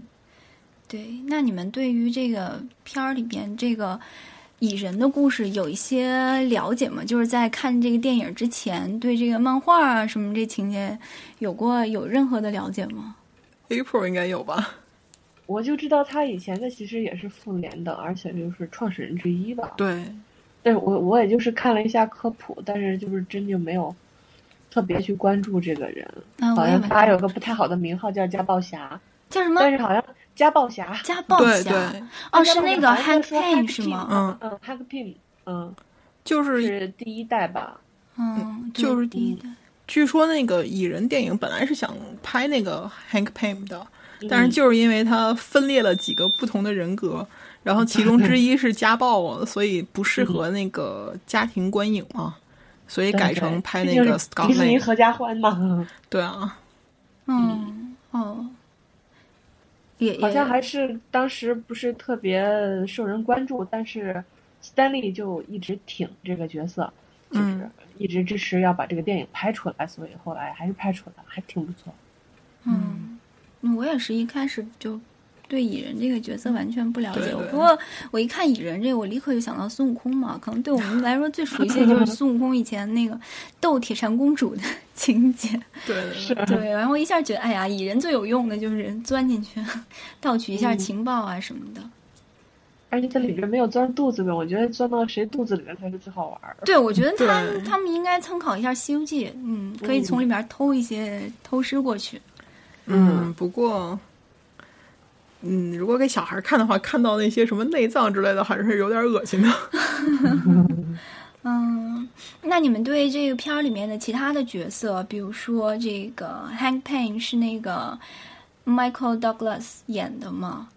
Speaker 2: 对，那你们对于这个片儿里边这个蚁人的故事有一些了解吗？就是在看这个电影之前，对这个漫画啊什么这情节有过有任何的了解吗？
Speaker 3: April 应该有吧？
Speaker 4: 我就知道他以前的其实也是复联的，而且就是创始人之一吧。
Speaker 3: 对，
Speaker 4: 但是我我也就是看了一下科普，但是就是真就没有特别去关注这个人。
Speaker 2: 嗯，我
Speaker 4: 好
Speaker 2: 也
Speaker 4: 像
Speaker 2: 没
Speaker 4: 他
Speaker 2: 看
Speaker 4: 有个不太好的名号叫家暴侠，
Speaker 2: 叫什么
Speaker 4: 但是好像家暴侠
Speaker 2: 家暴
Speaker 3: 对
Speaker 2: 侠
Speaker 3: 对
Speaker 2: 哦，
Speaker 4: 家
Speaker 2: 是
Speaker 4: 暴
Speaker 2: 那
Speaker 4: 侠
Speaker 2: 个
Speaker 4: 好像
Speaker 2: Hank
Speaker 4: 说
Speaker 2: Pym
Speaker 4: Hank
Speaker 2: 是吗？
Speaker 3: 嗯
Speaker 4: 嗯，Hank Pim，嗯，
Speaker 3: 就是
Speaker 4: 是第一代吧？
Speaker 2: 嗯，对
Speaker 3: 就是
Speaker 2: 第一代
Speaker 3: 据说那个蚁人电影本来是想拍那个 Hank Pym 的，
Speaker 4: 嗯
Speaker 3: 但是就是因为他分裂了几个不同的人格，然后其中之一是家暴，所以不适合那个家庭观影嘛，所以
Speaker 4: 对
Speaker 3: 改
Speaker 4: 对
Speaker 3: 成拍
Speaker 4: 毕
Speaker 3: 那
Speaker 4: 竟
Speaker 3: 个
Speaker 4: 是
Speaker 3: Scott
Speaker 4: 迪士尼
Speaker 3: Lang。
Speaker 4: 合家欢嘛，嗯
Speaker 3: 对啊，
Speaker 2: 嗯哦，也
Speaker 4: 好像
Speaker 2: 也
Speaker 4: 还是当时不是特别受人关注，但是 Stanley 就一直挺这个角色，就是
Speaker 3: 嗯
Speaker 4: 一直支持要把这个电影拍出来，所以后来还是拍出来了，还挺不错。
Speaker 2: 嗯，我也是一开始就对蚁人这个角色完全不了解。
Speaker 3: 嗯对对
Speaker 2: 不过我一看蚁人这个，我立刻就想到孙悟空嘛。可能对我们来说最熟悉的就是孙悟空以前那个斗铁扇公主的 情节。
Speaker 3: 对对对
Speaker 2: 对，然后一下觉得，哎呀，蚁人最有用的就是钻进去盗取一
Speaker 3: 嗯
Speaker 2: 下情报啊什么的。
Speaker 4: 而且这里边没有钻肚子的，我觉得钻到谁肚子里面才是最好玩儿。
Speaker 2: 对，我觉得他
Speaker 3: 对
Speaker 2: 他们应该参考一下《西游记》，嗯，可以从里面偷一些偷师过去。
Speaker 3: 嗯，不过，嗯，如果给小孩看的话，看到那些什么内脏之类的，还是有点恶心的。
Speaker 2: 嗯，那你们对这个片儿里面的其他的角色，比如说这个 Hank Pym 是那个 Michael Douglas 演的嘛？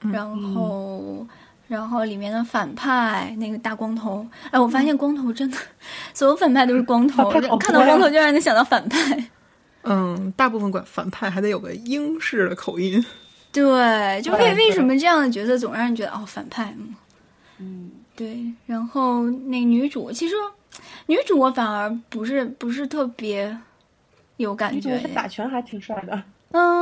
Speaker 2: 然后，然后里面的反派那个大光头，哎，我发现光头真的， 所有反派都是光头，
Speaker 4: 反派好
Speaker 2: 看到
Speaker 4: 多呀
Speaker 2: 光头就让人想到反派。
Speaker 3: 嗯，大部分管反派还得有个英式的口音。
Speaker 2: 对，就为
Speaker 4: 嗯对
Speaker 2: 为
Speaker 4: 对
Speaker 2: 什么这样的角色总让人觉得哦反派？嗯，
Speaker 4: 嗯，
Speaker 2: 对，然后那女主其实女主我反而不是不是特别有感
Speaker 4: 女主
Speaker 2: 觉耶，
Speaker 4: 打拳还挺帅的，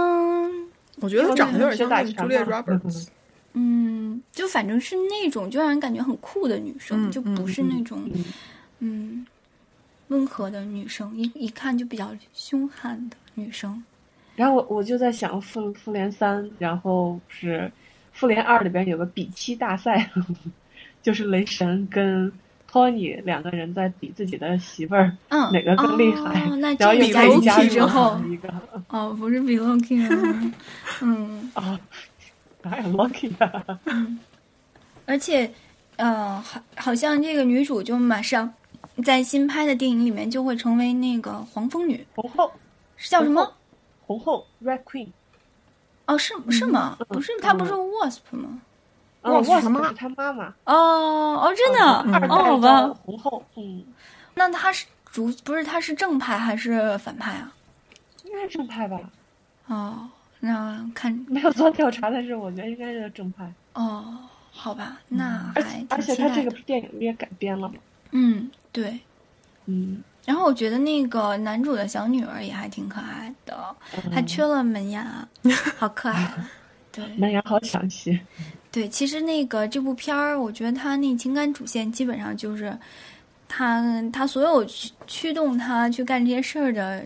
Speaker 2: 嗯
Speaker 3: 我觉得长得有点像那个 Julia
Speaker 4: 嗯
Speaker 3: Roberts，
Speaker 2: 嗯，就反正是那种就让人感觉很酷的女生，
Speaker 3: 嗯
Speaker 2: 就
Speaker 3: 嗯
Speaker 2: 不是那种
Speaker 4: 嗯
Speaker 2: 嗯温和的女生，一一看就比较凶悍的女生。
Speaker 4: 然后我我就在想复复联三，然后是复联二里边有个比七大赛， 就是雷神跟托尼两个人在比自己的媳妇儿
Speaker 2: 嗯，
Speaker 4: 哪个更厉害，
Speaker 2: 哦、那
Speaker 4: 然
Speaker 2: 这
Speaker 4: 后又
Speaker 2: 比
Speaker 3: 加
Speaker 4: 被
Speaker 3: 入
Speaker 2: Loki
Speaker 4: 加入
Speaker 2: 之后
Speaker 4: 了，一个
Speaker 2: 哦，不是比 Loki，啊嗯，
Speaker 4: 啊，哎呀 lucky 啊，
Speaker 2: 而且，呃，好，好像这个女主就马上在新拍的电影里面就会成为那个黄蜂女，
Speaker 4: 红后
Speaker 2: 是叫什么？
Speaker 4: 红后 red queen，
Speaker 2: 哦，是是吗？不是，她不是 Wasp 吗？
Speaker 4: 啊
Speaker 3: 哇
Speaker 4: w a
Speaker 3: 哦是妈嗯
Speaker 4: 是他妈妈，
Speaker 2: 嗯哦哦，真的
Speaker 4: 二代
Speaker 2: 哦，好
Speaker 4: 叫
Speaker 2: 吧，
Speaker 4: 红后，嗯，
Speaker 2: 那她是主不是她是正派还是反派啊？
Speaker 4: 应该是正派吧？
Speaker 2: 哦，那看
Speaker 4: 没有做调查，但是我觉得应该是正派，
Speaker 2: 哦，好吧，那
Speaker 4: 而
Speaker 2: 还
Speaker 4: 且
Speaker 2: 哎挺
Speaker 4: 而且
Speaker 2: 期
Speaker 4: 他
Speaker 2: 待
Speaker 4: 这个
Speaker 2: 的。
Speaker 4: 电影也改编了嘛，
Speaker 2: 嗯，对。
Speaker 4: 嗯，
Speaker 2: 然后我觉得那个男主的小女儿也还挺可爱的，还缺了门牙，好可爱啊。对
Speaker 4: 门牙好详细。
Speaker 2: 对，其实那个这部片儿，我觉得它那情感主线基本上就是他他所有驱驱动他去干这些事儿的，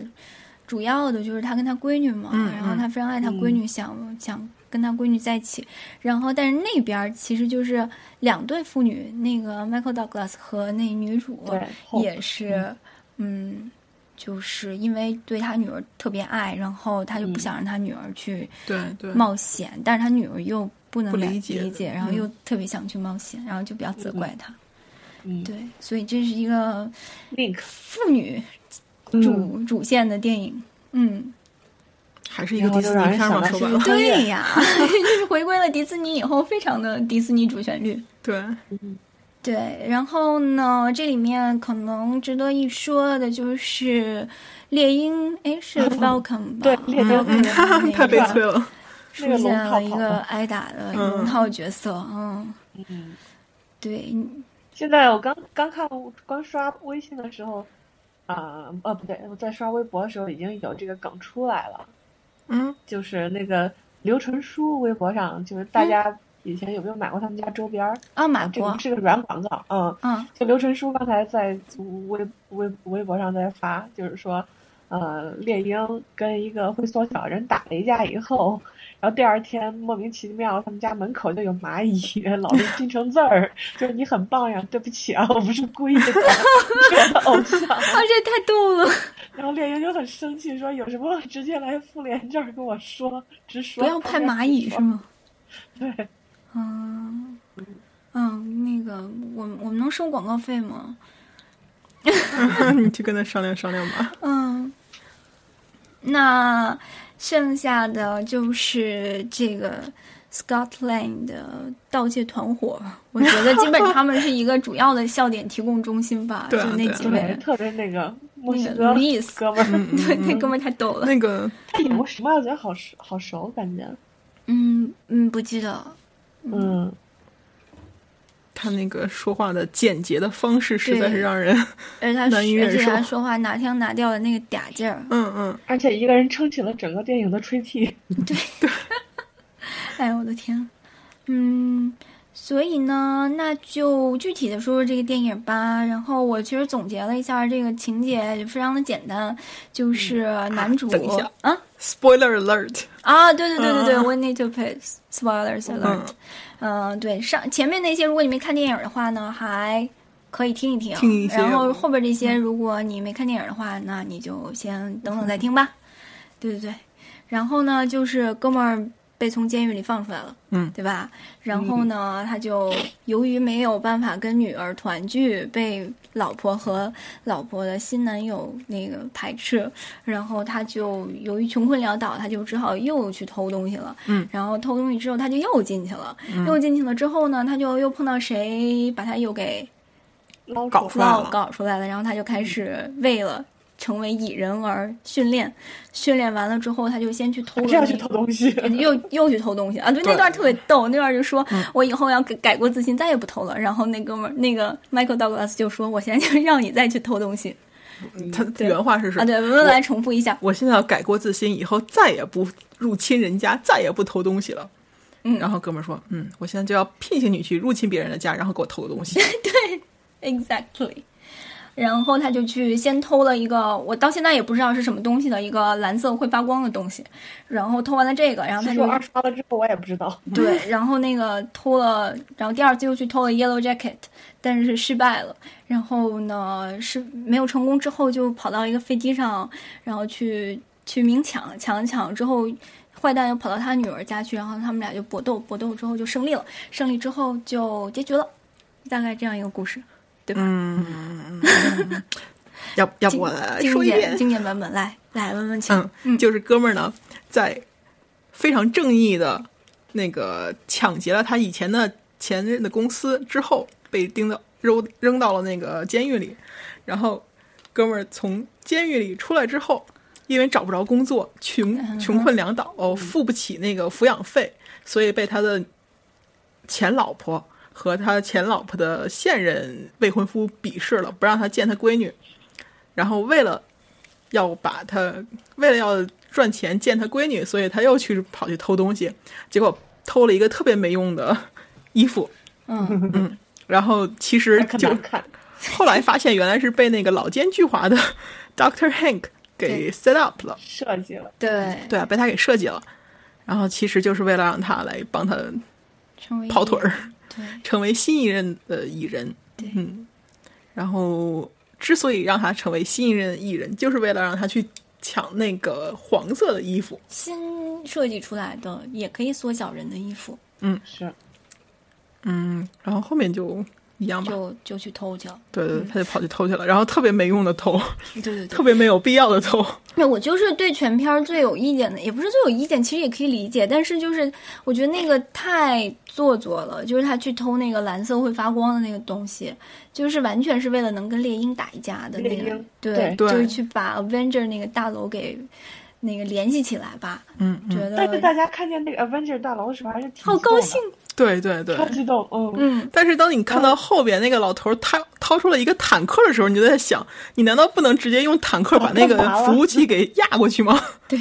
Speaker 2: 主要的就是他跟他闺女嘛，
Speaker 3: 嗯
Speaker 2: 然后他非常爱他闺女，想想跟他闺女在一起。然后但是那边儿其实就是两对父女，那个 Michael Douglas 和那女主，
Speaker 4: 对，
Speaker 2: 也是，嗯，就是因为对他女儿特别爱，然后他就不
Speaker 4: 嗯
Speaker 2: 想让他女儿去
Speaker 3: 对对，
Speaker 2: 冒险，但是他女儿又不能
Speaker 3: 不理
Speaker 2: 感
Speaker 3: 解
Speaker 2: 理解，然后
Speaker 3: 嗯
Speaker 2: 又特别想去冒险，然后就比较责怪他。
Speaker 4: 嗯
Speaker 2: 对，所以这是一个
Speaker 4: Link
Speaker 2: 妇女主、主线的电影。嗯，
Speaker 3: 还是一个
Speaker 4: 然后
Speaker 3: 迪
Speaker 4: 就
Speaker 3: 士尼
Speaker 4: 让人
Speaker 3: 片儿嘛，
Speaker 4: 想到
Speaker 3: 说白
Speaker 4: 是一
Speaker 3: 了
Speaker 4: 个，穿越
Speaker 2: 对呀， 就是回归了迪士尼以后，非常的迪士尼主旋律。
Speaker 3: 对，
Speaker 2: 对，然后呢，这里面可能值得一说的就是猎鹰，哎，是 Falcon 吧？嗯
Speaker 4: 对猎鹰
Speaker 2: Falcon 的那
Speaker 3: 太悲
Speaker 2: 个
Speaker 3: 催了，
Speaker 2: 出
Speaker 4: 那个龙
Speaker 2: 现
Speaker 4: 套
Speaker 2: 了一
Speaker 4: 跑
Speaker 2: 个
Speaker 4: 的
Speaker 2: 挨打的
Speaker 3: 嗯
Speaker 2: 龙套角色，嗯，
Speaker 4: 嗯，
Speaker 2: 对，
Speaker 4: 现在我刚刚看，刚刷微信的时候，啊、呃，不对，我在刷微博的时候已经有这个梗出来了，
Speaker 3: 嗯，
Speaker 4: 就是那个刘纯书微博上，就是大家以前有没有买过他们家周边儿？
Speaker 2: 啊，马
Speaker 4: 这个
Speaker 2: 国，
Speaker 4: 是个软广告，嗯，
Speaker 2: 嗯
Speaker 4: 就刘纯书刚才在微微微博上在发，就是说，呃，猎鹰跟一个会缩小人打了一架以后，然后第二天莫名其妙他们家门口就有蚂蚁，老是拼成字儿，就是你很棒呀，对不起啊，我不是故意的， 是我的偶像。
Speaker 2: 啊，这太逗了，
Speaker 4: 然后猎鹰就很生气，说有什么直接来妇联这儿跟我说，直说，
Speaker 2: 不要派蚂蚁是吗？
Speaker 4: 对，
Speaker 2: 嗯嗯，那个，我们我们能收广告费吗？
Speaker 3: 你去跟他商量商量 吧。
Speaker 2: 嗯，那剩下的就是这个 Scotland 的盗窃团伙，我觉得基本他们是一个主要的笑点提供中心吧，
Speaker 3: 对啊
Speaker 2: 就那
Speaker 3: 对啊
Speaker 2: 几
Speaker 4: 对，
Speaker 2: 位。
Speaker 4: 特别那个墨西
Speaker 2: 那个嗯
Speaker 4: 哥
Speaker 2: 路易斯
Speaker 4: 哥们 儿，
Speaker 2: 对，那哥们儿太逗了。
Speaker 3: 那个
Speaker 4: 他演过什么？我觉得好熟，好熟，感觉，
Speaker 2: 嗯嗯，不记得。
Speaker 4: 嗯。
Speaker 3: 他那个说话的简洁的方式，实在是让人，
Speaker 2: 而且他，
Speaker 3: 难以忍
Speaker 2: 而且他
Speaker 3: 受，
Speaker 2: 说话拿腔拿调的那个嗲劲儿
Speaker 3: 嗯嗯，
Speaker 4: 而且一个人撑起了整个电影的吹替。
Speaker 2: 哎呦我的天，嗯，所以呢，那就具体的说说这个电影吧。然后我其实总结了一下这个情节，就非常的简单，就是男主、
Speaker 3: 嗯 等一下
Speaker 2: 啊
Speaker 3: Spoiler alert！
Speaker 2: 啊，对对对对对、
Speaker 3: 嗯
Speaker 2: w e need to pay spoilers
Speaker 3: 嗯
Speaker 2: alert。嗯、对，上前面那些如果你没看电影的话呢，还可以听一听，
Speaker 3: 听一嗯些
Speaker 2: 然后后边这些如果你没看电影的话，那你就先等
Speaker 3: 嗯
Speaker 2: 等再听吧。对对对，然后呢，就是哥们儿被从监狱里放出来了，
Speaker 3: 嗯
Speaker 2: 对吧？然后呢，他就由于没有办法跟女儿团聚，被老婆和老婆的新男友那个排斥，然后他就由于穷困潦倒，他就只好又去偷东西了。
Speaker 3: 嗯，
Speaker 2: 然后偷东西之后，他就又进去了，又进去了之后呢，他就又碰到谁把他又给
Speaker 4: 捞
Speaker 3: 搞出
Speaker 4: 出
Speaker 3: 来
Speaker 4: 来，嗯
Speaker 3: 了
Speaker 2: 闹搞出来了，然后他就开始为了成为蚁人而训练，训练完了之后，他就先去偷
Speaker 4: 还
Speaker 2: 了
Speaker 4: 是要
Speaker 2: 那
Speaker 4: 去偷东西。嗯
Speaker 2: 又又去偷东西啊！对，那段特别逗，那段就说、我以后要改改过自 新，再也不偷了。然后那哥们儿，那个 Michael Douglas 就说，我现在就让你再去偷东西。
Speaker 4: 嗯
Speaker 3: 他原话是什
Speaker 2: 啊，对，我们来重复一下。
Speaker 3: 我现在要改过自新，以后再也不入侵人家，再也不偷东西了。
Speaker 2: 嗯
Speaker 3: 然后哥们儿说：“嗯，我现在就要聘请你去入侵别人的家，然后给我偷 东西。
Speaker 2: Exactly。然后他就去先偷了一个，我到现在也不知道是什么东西的一个蓝色会发光的东西。然后偷完了这个，然后他
Speaker 4: 其实
Speaker 2: 就
Speaker 4: 我二刷了之后，我也不知道。
Speaker 2: 对， 然后那个偷了，然后第二次又去偷了 Yellow Jacket，但是失败了。然后呢是没有成功，之后就跑到一个飞机上，然后去去明抢，抢抢之后，坏蛋又跑到他女儿家去，然后他们俩就搏斗，搏斗之后就胜利了，胜利之后就结局了，大概这样一个故事。
Speaker 3: 要不要不
Speaker 2: 经
Speaker 3: 我来
Speaker 2: 经
Speaker 3: 说一
Speaker 2: 典
Speaker 3: 遍？
Speaker 2: 经典版本来来问问请，
Speaker 3: 嗯，就是哥们儿呢，在非常正义的那个抢劫了他以前的前任的公司之后，被盯到扔扔到了那个监狱里。然后哥们儿从监狱里出来之后，因为找不着工作，穷穷困潦倒、哦付不起那个抚养费，所以被他的前老婆和他前老婆的现任未婚夫鄙视了，不让他见他闺女。然后为了要把他为了要赚钱见他闺女，所以他又去跑去偷东西，结果偷了一个特别没用的衣服。
Speaker 2: 嗯
Speaker 3: 嗯，然后其实
Speaker 4: 可
Speaker 3: 就
Speaker 4: 难 看，
Speaker 3: 后来发现原来是被那个老奸巨猾的 Doctor Hank
Speaker 2: 对
Speaker 3: 给 set up 了，
Speaker 4: 设计了，
Speaker 2: 对，
Speaker 3: 对啊，被他给设计了。然后其实就是为了让他来帮他
Speaker 2: 成为
Speaker 3: 跑腿儿，
Speaker 2: 对，
Speaker 3: 成为新一任的艺人。
Speaker 2: 对
Speaker 3: 嗯，然后之所以让他成为新一任艺人，就是为了让他去抢那个黄色的衣服。
Speaker 2: 新设计出来的也可以缩小人的衣服，
Speaker 4: 是
Speaker 3: 嗯，然后后面就一样吧。
Speaker 2: 就就去偷去了。
Speaker 3: 对对，对他就跑去偷去了，然后特别没用的偷，
Speaker 2: 对对对
Speaker 3: 特，别没有必要的偷。
Speaker 2: 对我就是对全片儿最有意见的，也不是最有意见，其实也可以理解，但是就是我觉得那个太做作了，就是他去偷那个蓝色会发光的那个东西，就是完全是为了能跟猎鹰打一架的那
Speaker 4: 猎
Speaker 2: 个
Speaker 4: 鹰，
Speaker 2: 对，
Speaker 4: 对
Speaker 2: 就是
Speaker 3: 对
Speaker 2: 去把 Avenger 那个大楼给那个联系起来吧，
Speaker 3: 嗯，
Speaker 2: 觉
Speaker 3: 嗯，
Speaker 2: 得
Speaker 4: 但是大家看见那个 Avenger 大楼的时候，还是挺
Speaker 2: 好
Speaker 4: 激动
Speaker 2: 高
Speaker 4: 的
Speaker 2: 兴，，啊
Speaker 3: 对对对
Speaker 4: 超。激动，嗯，
Speaker 2: 嗯。
Speaker 3: 但是当你看到后边那个老头儿他掏出了一个坦克的时候，你就在想，你难道不能直接用坦克把那个
Speaker 2: 哦
Speaker 4: 干嘛了
Speaker 3: 服务器给压过去吗？
Speaker 2: 对，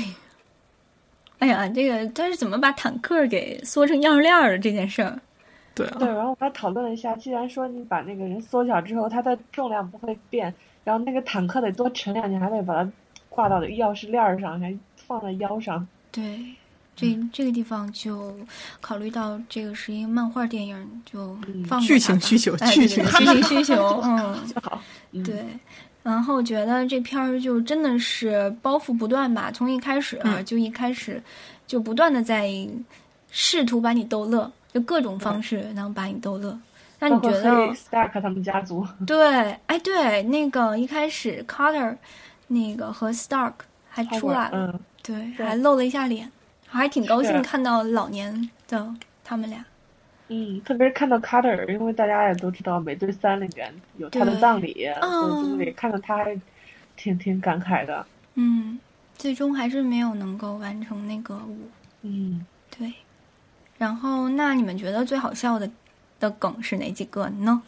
Speaker 2: 哎呀，这个他是怎么把坦克给缩成样儿链儿的这件事儿？
Speaker 3: 对啊
Speaker 4: 对。，然后我们还讨论了一下，既然说你把那个人缩小之后，他的重量不会变，然后那个坦克得多沉量，你还得把它挂到钥匙链儿上，还放在腰上，
Speaker 2: 对，这这个地方就考虑到这个是一个漫画电影，就放过
Speaker 3: 剧
Speaker 2: 它
Speaker 3: 情
Speaker 2: 吧
Speaker 3: 需求
Speaker 2: 哎
Speaker 3: 剧
Speaker 2: 对对
Speaker 3: 情
Speaker 2: 剧情需求，嗯。
Speaker 4: 就好。嗯
Speaker 2: 对，然后我觉得这片儿就真的是包袱不断吧，从一开始、啊
Speaker 3: 嗯
Speaker 2: 就一开始就不断的在试图把你逗乐，就各种方式能把你逗乐。那你
Speaker 4: 包
Speaker 2: 觉
Speaker 4: 括
Speaker 2: 得
Speaker 4: 黑 Stack 他们家族，
Speaker 2: 对，哎，对，那个一开始 Carter 那个和 Stark 还出来了，
Speaker 4: 嗯，
Speaker 2: 对，
Speaker 4: 对
Speaker 2: 还露了一下脸，还挺高兴
Speaker 4: 是
Speaker 2: 看到老年的他们俩。
Speaker 4: 嗯，特别是看到卡特尔，因为大家也都知道《美队三》里面有他的
Speaker 2: 对
Speaker 4: 葬礼，
Speaker 2: 嗯
Speaker 4: 我经理看到他还挺挺感慨的。
Speaker 2: 嗯，最终还是没有能够完成那个舞。
Speaker 4: 嗯，
Speaker 2: 对，然后那你们觉得最好笑的的梗是哪几个呢？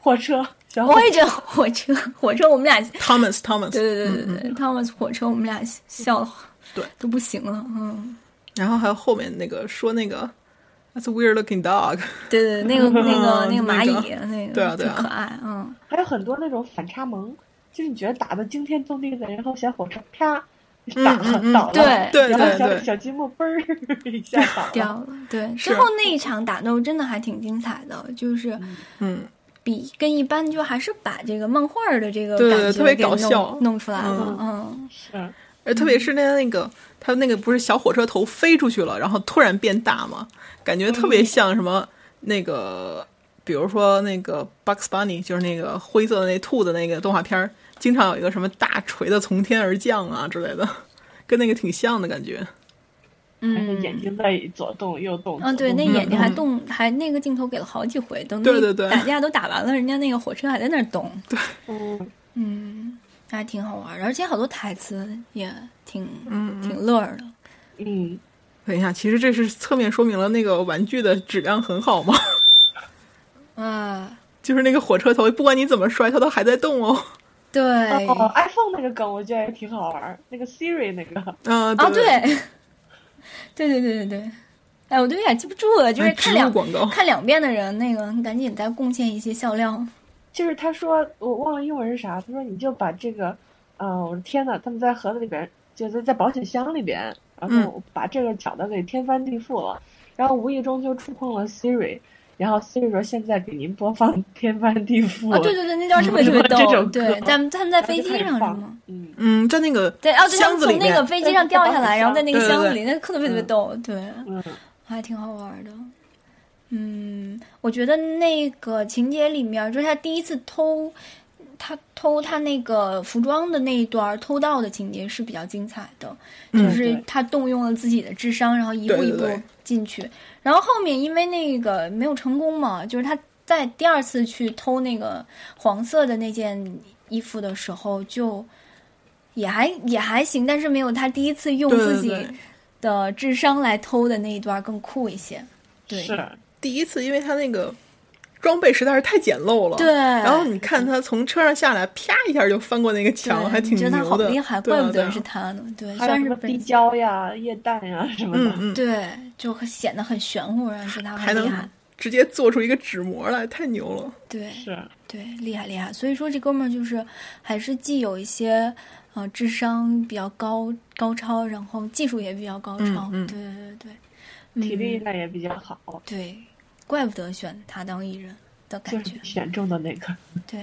Speaker 4: 货车，小
Speaker 2: 我也觉得火车，火车，我们俩，对
Speaker 3: Thomas Thomas，
Speaker 2: 对对对对、t h o m a s 火车，我们俩笑了，
Speaker 3: 对，
Speaker 2: 都不行了，嗯，
Speaker 3: 然后还有后面那个说那个 That's a weird looking dog，
Speaker 2: 对对，那 个那个那个蚂
Speaker 3: 那个
Speaker 2: 蚁，那个
Speaker 3: 对啊对
Speaker 2: 特
Speaker 3: 啊
Speaker 2: 可爱，嗯。
Speaker 4: 还有很多那种反差萌，就是你觉得打的惊天动地的，然后小火车啪
Speaker 3: 嗯
Speaker 4: 打
Speaker 3: 嗯嗯
Speaker 4: 倒了，
Speaker 2: 对
Speaker 3: 对
Speaker 4: 然后
Speaker 3: 对
Speaker 4: 小
Speaker 3: 对
Speaker 4: 小积木嘣儿 一下 倒
Speaker 2: 掉了。
Speaker 4: 了，
Speaker 2: 对，
Speaker 3: 是
Speaker 2: 最后那一场打斗真的还挺精彩的，就是
Speaker 3: 嗯，
Speaker 2: 比跟一般就还是把这个漫画儿的这个
Speaker 3: 对对
Speaker 2: 感
Speaker 3: 对
Speaker 2: 觉
Speaker 3: 特别
Speaker 2: 给
Speaker 3: 搞
Speaker 2: 弄
Speaker 3: 笑
Speaker 2: 弄出来了。嗯，
Speaker 4: 是
Speaker 3: 而特别是那那个他那个不是小火车头飞出去了，然后突然变大嘛，感觉特别像什么那个，比如说那个 Bugs Bunny，就是那个灰色的那兔子那个动画片儿，经常有一个什么大锤子从天而降啊之类的，跟那个挺像的感觉。
Speaker 4: 然后眼
Speaker 2: 嗯。
Speaker 4: 睛在左动右动。
Speaker 2: 啊，对，
Speaker 4: 左
Speaker 2: 那
Speaker 4: 动
Speaker 2: 眼睛还
Speaker 4: 右动
Speaker 2: 动，还那个镜头给了好几回，等
Speaker 3: 嗯对
Speaker 2: 那
Speaker 3: 对对
Speaker 2: 打架都打完了，人家那个火车还在那儿动，
Speaker 4: 嗯，
Speaker 2: 嗯，还挺好玩儿的，而且好多台词也挺
Speaker 3: 嗯
Speaker 2: 挺乐儿的，
Speaker 4: 嗯，
Speaker 3: 等一下，其实这是侧面说明了那个玩具的质量很 好嘛，
Speaker 2: 啊，
Speaker 3: 就是那个火车头，不管你怎么摔，它都还在动哦。
Speaker 2: 对，
Speaker 4: 哦，iPhone 那个梗我觉得也挺好玩儿，那个 Siri 那个，
Speaker 3: 嗯，
Speaker 2: 啊，对， 对对对对对。哎，我都有点记不住了，就是
Speaker 3: 哎植
Speaker 2: 看
Speaker 3: 入
Speaker 2: 两
Speaker 3: 广告
Speaker 2: 看两遍的人，那个你赶紧再贡献一些啊笑料。
Speaker 4: 就是他说我忘了英文是啥，他说你就把这个，呃，我的天呐，他们在盒子里边，就是在保险箱里边，然
Speaker 2: 嗯
Speaker 4: 后我把这个搅得给天翻地覆了，然后无意中就触碰了 Siri，然后 Siri 说现在给您播放 天翻地覆
Speaker 2: 啊，对对对，那段特别特别
Speaker 4: 这
Speaker 2: 逗。
Speaker 4: 种
Speaker 2: 对，
Speaker 4: 歌
Speaker 2: 咱们他们在
Speaker 4: 然后
Speaker 2: 飞
Speaker 4: 就
Speaker 2: 机
Speaker 4: 开始
Speaker 2: 上是
Speaker 4: 放
Speaker 2: 吗？
Speaker 4: 嗯，
Speaker 3: 嗯，在那个
Speaker 2: 对，哦，对，他
Speaker 3: 箱
Speaker 2: 们
Speaker 3: 子里
Speaker 2: 从那
Speaker 3: 面
Speaker 2: 个飞机上掉下来，然后在那个
Speaker 3: 对对
Speaker 2: 箱
Speaker 3: 对
Speaker 2: 子里，那特别特别
Speaker 4: 嗯
Speaker 2: 逗，对，
Speaker 4: 嗯
Speaker 2: 还挺好玩的。嗯，我觉得那个情节里面，就是他第一次偷，他偷他那个服装的那一段儿偷盗的情节是比较精彩的，就
Speaker 3: 嗯
Speaker 2: 是
Speaker 4: 对
Speaker 2: 他动用了自己的智商，然后一步
Speaker 3: 对
Speaker 2: 一
Speaker 3: 对
Speaker 2: 步
Speaker 3: 对
Speaker 2: 进去。然后后面因为那个没有成功嘛，就是他在第二次去偷那个黄色的那件衣服的时候，就也还也还行，但是没有他第一次用
Speaker 3: 对
Speaker 2: 自
Speaker 3: 对
Speaker 2: 己
Speaker 3: 对
Speaker 2: 的智商来偷的那一段更酷一些。对
Speaker 4: 是。
Speaker 3: 第一次，因为他那个装备实在是太简陋了。
Speaker 2: 对
Speaker 3: 然后你看他从车上下来，啪一下就翻过那个墙，
Speaker 2: 对
Speaker 3: 还挺
Speaker 2: 觉
Speaker 3: 牛
Speaker 2: 得
Speaker 3: 的。
Speaker 2: 他好厉害，
Speaker 3: 对啊
Speaker 2: 怪不
Speaker 3: 对
Speaker 2: 得
Speaker 3: 啊
Speaker 2: 是他呢。对，虽
Speaker 4: 还有
Speaker 2: 然
Speaker 4: 什
Speaker 2: 是
Speaker 4: 么
Speaker 2: 本
Speaker 4: 滴胶呀、液氮呀什么的，
Speaker 3: 嗯嗯，
Speaker 2: 对，就会显得很玄乎，然后觉得他
Speaker 3: 还
Speaker 2: 很厉
Speaker 3: 能
Speaker 2: 害。
Speaker 3: 直接做出一个纸模来，太牛了。
Speaker 2: 对，
Speaker 4: 是
Speaker 2: 对，厉害厉害。所以说这哥们儿就是还是既有一些呃智商比较高高超，然后技术也比较高超。
Speaker 3: 嗯嗯
Speaker 2: 对对对对，
Speaker 4: 体力
Speaker 2: 嗯、
Speaker 4: 呢也比较好，
Speaker 2: 对，怪不得选他当艺人的
Speaker 4: 就
Speaker 2: 感觉
Speaker 4: 是。选中的那个。
Speaker 2: 对。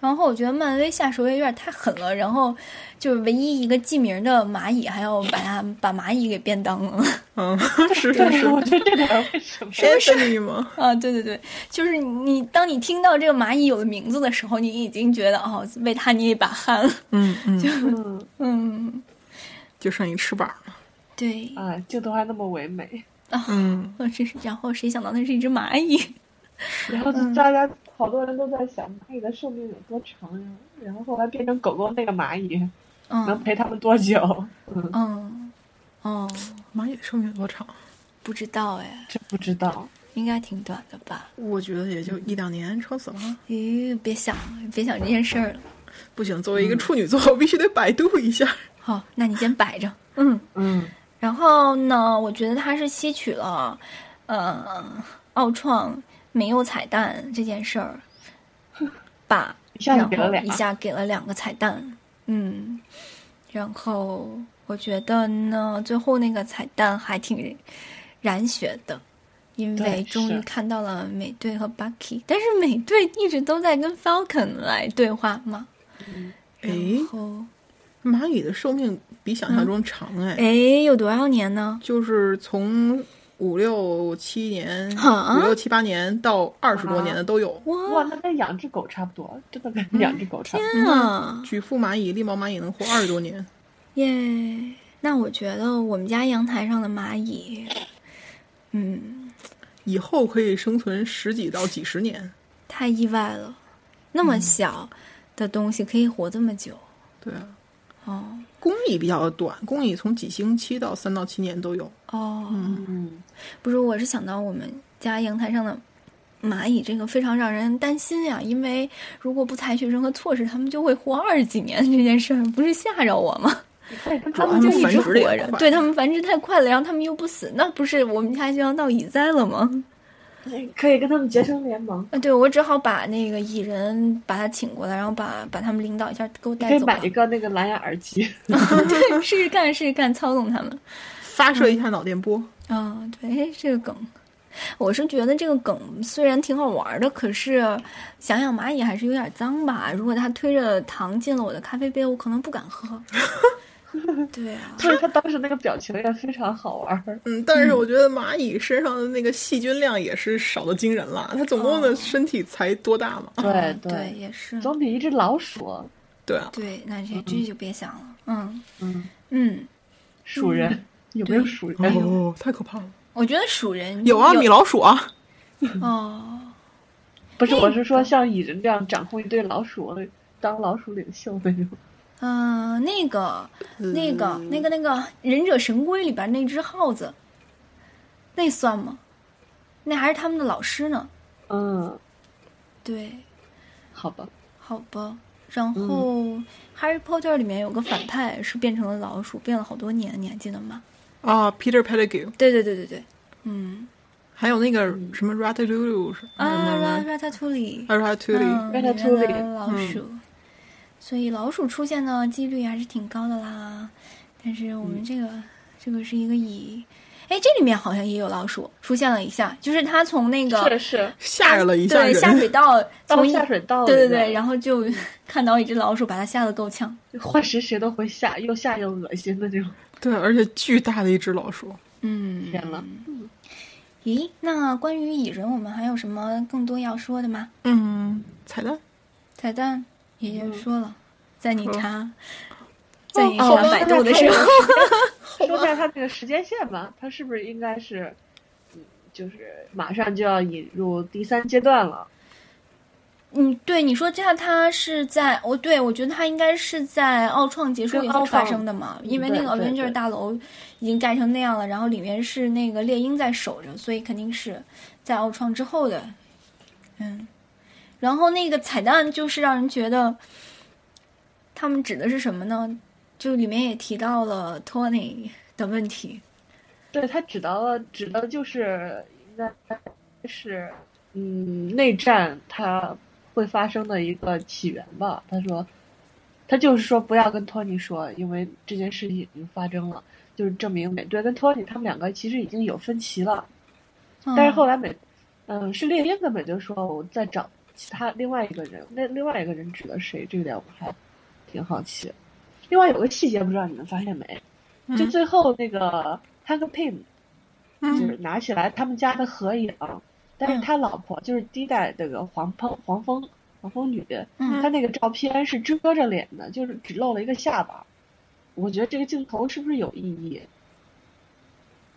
Speaker 2: 然后我觉得漫威下手也有点太狠了，然后就是唯一一个记名的蚂蚁，还要把它把蚂蚁给便当了。
Speaker 3: 嗯， 是
Speaker 4: 对
Speaker 3: 是，是
Speaker 4: 我觉得这点儿为什么？
Speaker 3: ，Anthony 吗？
Speaker 2: 啊，对对对，就是你当你听到这个蚂蚁有名字的时候，你已经觉得哦，为它捏一把汗了。
Speaker 3: 嗯嗯，
Speaker 4: 嗯，
Speaker 2: 嗯，
Speaker 3: 就剩一翅膀了。
Speaker 2: 对
Speaker 4: 啊，镜头还那么唯美，
Speaker 3: 嗯，
Speaker 2: 呃，这是然后谁想到那是一只蚂蚁？
Speaker 4: 然后大家好多人都在想蚂蚁的寿命有多长呀，然后后来变成狗狗那个蚂蚁能
Speaker 2: 嗯
Speaker 4: 陪他们多久？嗯，
Speaker 2: 嗯哦，
Speaker 3: 蚂蚁的寿命有多长？
Speaker 2: 不知道哎，
Speaker 4: 这不知道。
Speaker 2: 应该挺短的吧？
Speaker 3: 我觉得也就一两年，撑死了。啊
Speaker 2: 咦，别想了别想这件事儿了。
Speaker 3: 不行，作
Speaker 2: 嗯
Speaker 3: 为一个处女座，我必须得百度一下。
Speaker 2: 好，那你先摆着。嗯。
Speaker 4: 嗯，
Speaker 2: 然后呢，我觉得他是吸取了，呃，奥创没有彩蛋这件事儿，吧，
Speaker 4: 一下
Speaker 2: 然后
Speaker 4: 就给了俩
Speaker 2: 一下给了两个彩蛋，嗯，然后我觉得呢，最后那个彩蛋还挺燃血的。因为
Speaker 4: 对
Speaker 2: 终于
Speaker 4: 是
Speaker 2: 看到了美队和 Bucky，但是美队一直都在跟 Falcon 来对话嘛。
Speaker 3: 哎，
Speaker 2: 然后，
Speaker 3: 蚂蚁的寿命比想象中长哎，
Speaker 2: 哎，有多少年呢？
Speaker 3: 就是从五六七年、
Speaker 2: 啊
Speaker 3: 五六七八年到二十多年的都有。
Speaker 4: 哇，那跟养只狗差不多，真的跟养只狗差不多。
Speaker 2: 天啊！
Speaker 3: 举腹蚂蚁、立毛蚂蚁能活二十多年，
Speaker 2: 耶那我觉得我们家阳台上的蚂蚁，嗯，
Speaker 3: 以后可以生存十几到几十年。
Speaker 2: 太意外了。那
Speaker 3: 嗯
Speaker 2: 么小的东西可以活这么久，
Speaker 3: 对啊，
Speaker 2: 哦
Speaker 3: 工艺比较短，工艺从几星期到三到七年都有。
Speaker 2: 哦，
Speaker 4: 嗯，
Speaker 2: 不是，我是想到我们家阳台上的蚂蚁，这个非常让人担心呀、因为如果不采取任何措施，它们就会活二十几年，这件事儿不是吓着我吗？
Speaker 4: 你看你跟
Speaker 2: 他
Speaker 4: 狗
Speaker 2: 们
Speaker 3: 它
Speaker 2: 就
Speaker 3: 们
Speaker 2: 一
Speaker 3: 繁
Speaker 2: 直
Speaker 3: 殖得也
Speaker 2: 活着，
Speaker 3: 快
Speaker 2: 对它们繁殖太快了，然后它们又不死，那不是我们家就要闹蚁灾了吗？
Speaker 4: 可以跟他们结成联盟，
Speaker 2: 啊，对，我只好把那个蚁人把他请过来，然后把把他们领导一下给我
Speaker 4: 你可
Speaker 2: 带
Speaker 4: 以
Speaker 2: 走
Speaker 4: 买
Speaker 2: 了
Speaker 4: 一个那个蓝牙耳机。
Speaker 2: 对，试试看，试试看，操纵他们。
Speaker 3: 发射一下脑电波，
Speaker 2: 啊、对，这个梗，我是觉得这个梗虽然挺好玩儿的，可是想想蚂蚁还是有点脏吧。如果它推着糖进了我的咖啡杯，我可能不敢 喝。对啊，
Speaker 4: 所以他当时那个表情也非常好玩儿。
Speaker 3: 嗯，但是我觉得蚂蚁身上的那个细菌量也是少的惊人了。它总
Speaker 2: 哦
Speaker 3: 共的身体才多大嘛？
Speaker 4: 啊哎对
Speaker 2: 嗯也是。
Speaker 4: 总比一只老鼠，
Speaker 3: 对啊，
Speaker 2: 对，那这这就别想了。嗯
Speaker 4: 嗯，
Speaker 2: 嗯，
Speaker 4: 鼠人有没有鼠人？
Speaker 3: 哦，太可怕了！
Speaker 2: 我觉得鼠人
Speaker 3: 有啊，米老鼠啊，
Speaker 2: 哦。
Speaker 4: 不是，我是说像蚁人这样掌控一堆老鼠，当老鼠领袖那种。
Speaker 2: 嗯，那个、那个、那个、那个《忍者神龟》里边那只耗子，那算吗？那还是他们的老师呢。
Speaker 4: 嗯，
Speaker 2: 对，
Speaker 4: 好吧，
Speaker 2: 好吧，然后《Harry Potter》里面有个反派是变成了老鼠，变了好多年，你还记得吗？
Speaker 3: 啊，Peter Pettigrew，
Speaker 2: 对对对对对，嗯
Speaker 3: 还有那个什么 Ratatouille 是
Speaker 2: 啊，
Speaker 3: 嗯
Speaker 2: 《Ratatouille》
Speaker 3: 嗯，Ratatouille，
Speaker 2: 嗯，
Speaker 4: Ratatouille
Speaker 2: 里面的老
Speaker 4: 嗯
Speaker 2: 鼠，所以老鼠出现的几率还是挺高的啦。但是我
Speaker 4: 嗯
Speaker 2: 们这个、这个是一个以，哎，这里面好像也有老鼠出现了一下，就是它从那个
Speaker 4: 是是，
Speaker 3: 吓着了一下
Speaker 2: 对
Speaker 3: 人，
Speaker 2: 下水 道
Speaker 4: 到
Speaker 2: 从
Speaker 4: 下水道
Speaker 2: 对对
Speaker 4: 里面
Speaker 2: 对，然后就 看到一只老鼠，把它吓得够呛。
Speaker 4: 换谁谁都会吓，又吓又恶心的这种。
Speaker 3: 对，而且巨大的一只老鼠，
Speaker 2: 嗯，
Speaker 4: 天呐，
Speaker 2: 咦，那关于蚁人，我们还有什么更多要说的吗？
Speaker 3: 嗯，彩蛋，
Speaker 2: 彩蛋爷爷
Speaker 4: 嗯
Speaker 2: 说了，在你
Speaker 3: 嗯
Speaker 2: 查，在你
Speaker 4: 哦
Speaker 2: 查百度的时候，
Speaker 4: 说一下他这个时间线吧，他是不是应该是，嗯就是马上就要引入第三阶段了？
Speaker 2: 嗯，对，你说这样，他是在哦，对我觉得他应该是在奥创结束
Speaker 4: 跟
Speaker 2: 以后
Speaker 4: 奥
Speaker 2: 发
Speaker 4: 创
Speaker 2: 生的嘛，因为
Speaker 4: 对
Speaker 2: 那个
Speaker 4: 对
Speaker 2: Avenger
Speaker 4: 对
Speaker 2: 大楼已经盖成那样了，然后里面是那个猎鹰在守着，所以肯定是在奥创之后的，嗯，然后那个彩蛋就是让人觉得他们指的是什么呢？就里面也提到了 Tony 的问题，
Speaker 4: 对他指到了，指的就是应该是，嗯，内战它会发生的一个起源吧。他说，他就是说不要跟托尼说，因为这件事情已经发生了，就是证明美队跟托尼他们两个其实已经有分歧了。但
Speaker 2: 嗯
Speaker 4: 是后来美，嗯，是猎鹰根本就说我在找其他另外一个人，那另外一个人指的谁？这个点我还挺好奇。另外有个细节不知道你们发现没？就
Speaker 3: 嗯
Speaker 4: 最后那个 Hank Pym 就
Speaker 3: 嗯
Speaker 4: 是拿起来他们家的合影，但是他老婆就是第一代那个黄蜂黄蜂黄蜂女，
Speaker 2: 嗯
Speaker 4: 她那个照片是遮着脸的，就是只露了一个下巴。我觉得这个镜头是不是有意义？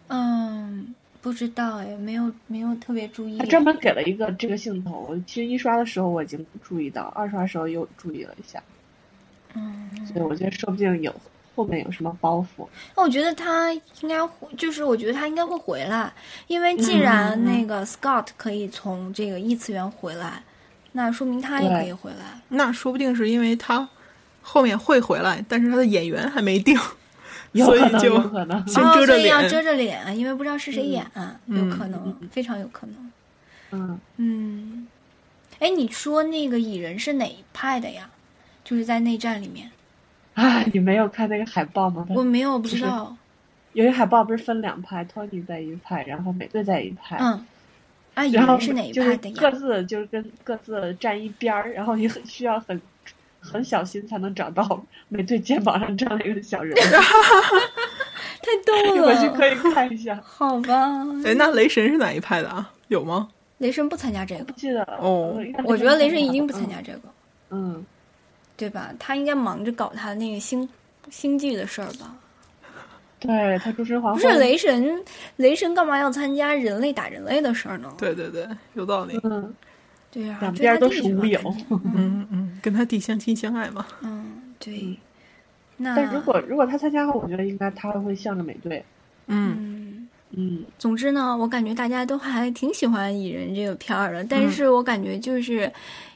Speaker 2: 嗯，不知道哎，没有没有特别注意
Speaker 4: 他，专门给了一个这个镜头。我其实一刷的时候我已经注意到，二刷的时候又注意了一下，
Speaker 2: 嗯。
Speaker 4: 所以我觉得说不定有后面有什么包袱。
Speaker 2: 那我觉得他应该会，就是我觉得他应该会回来，因
Speaker 4: 嗯
Speaker 2: 为既然那个 Scott 可以从这个异次元回来，那说明他也可以回来。
Speaker 3: 那说不定是因为他后面会回来，但是他的演员还没 定，所
Speaker 4: 可
Speaker 3: 以
Speaker 4: 能
Speaker 3: 就
Speaker 4: 有可能
Speaker 3: 先
Speaker 2: 哦，
Speaker 3: 遮着
Speaker 2: 所以要
Speaker 3: 脸。
Speaker 2: 遮着脸，因为不知道是谁演，有可能，非常有可能。
Speaker 4: 嗯，
Speaker 2: 嗯，哎，你说那个蚁人是哪一派的呀？就是在内战里面，
Speaker 4: 哎，你没有看那个海报吗？他
Speaker 2: 我没有不知道。
Speaker 4: 有一个海报不是分两派，托尼在一派，然后美队在一派。
Speaker 2: 嗯，啊，蚁
Speaker 4: 然后
Speaker 2: 人是哪一
Speaker 4: 就
Speaker 2: 派的
Speaker 4: 各
Speaker 2: 呀？
Speaker 4: 自就是跟各自站一边儿，然后你很需要很很小心才能找到美队肩膀上站了一个小人。
Speaker 2: 太逗
Speaker 4: 回去
Speaker 2: 了，
Speaker 4: 可以看一下，
Speaker 2: 好吧。
Speaker 3: 哎，那雷神是哪一派的啊？有吗？
Speaker 2: 雷神不参加这个
Speaker 4: 不，记得
Speaker 3: 哦
Speaker 4: 应该没
Speaker 2: 我觉得雷神一
Speaker 4: 看
Speaker 2: 定不
Speaker 4: 嗯
Speaker 2: 参加这个。
Speaker 4: 嗯，
Speaker 2: 对吧？他应该忙着搞他那个星星际的事儿吧？
Speaker 4: 对他终身黄
Speaker 2: 不
Speaker 4: 昏
Speaker 2: 是雷神，雷神干嘛要参加人类打人类的事儿呢？
Speaker 3: 对对对，有道理。
Speaker 4: 嗯，
Speaker 2: 对呀、
Speaker 4: 两
Speaker 2: 啊追
Speaker 4: 边
Speaker 2: 他
Speaker 4: 都
Speaker 2: 弟
Speaker 4: 是
Speaker 2: 去吧
Speaker 4: 无影
Speaker 2: 感觉
Speaker 3: 嗯嗯，跟他弟相亲相爱嘛。
Speaker 2: 嗯，对
Speaker 4: 嗯。
Speaker 2: 那
Speaker 4: 但如果如果他参加的话，我觉得应该他会向着美队，
Speaker 3: 嗯，
Speaker 2: 嗯，
Speaker 4: 嗯，
Speaker 2: 总之呢，我感觉大家都还挺喜欢蚁人这个片儿的，
Speaker 3: 嗯
Speaker 2: 但是我感觉就是。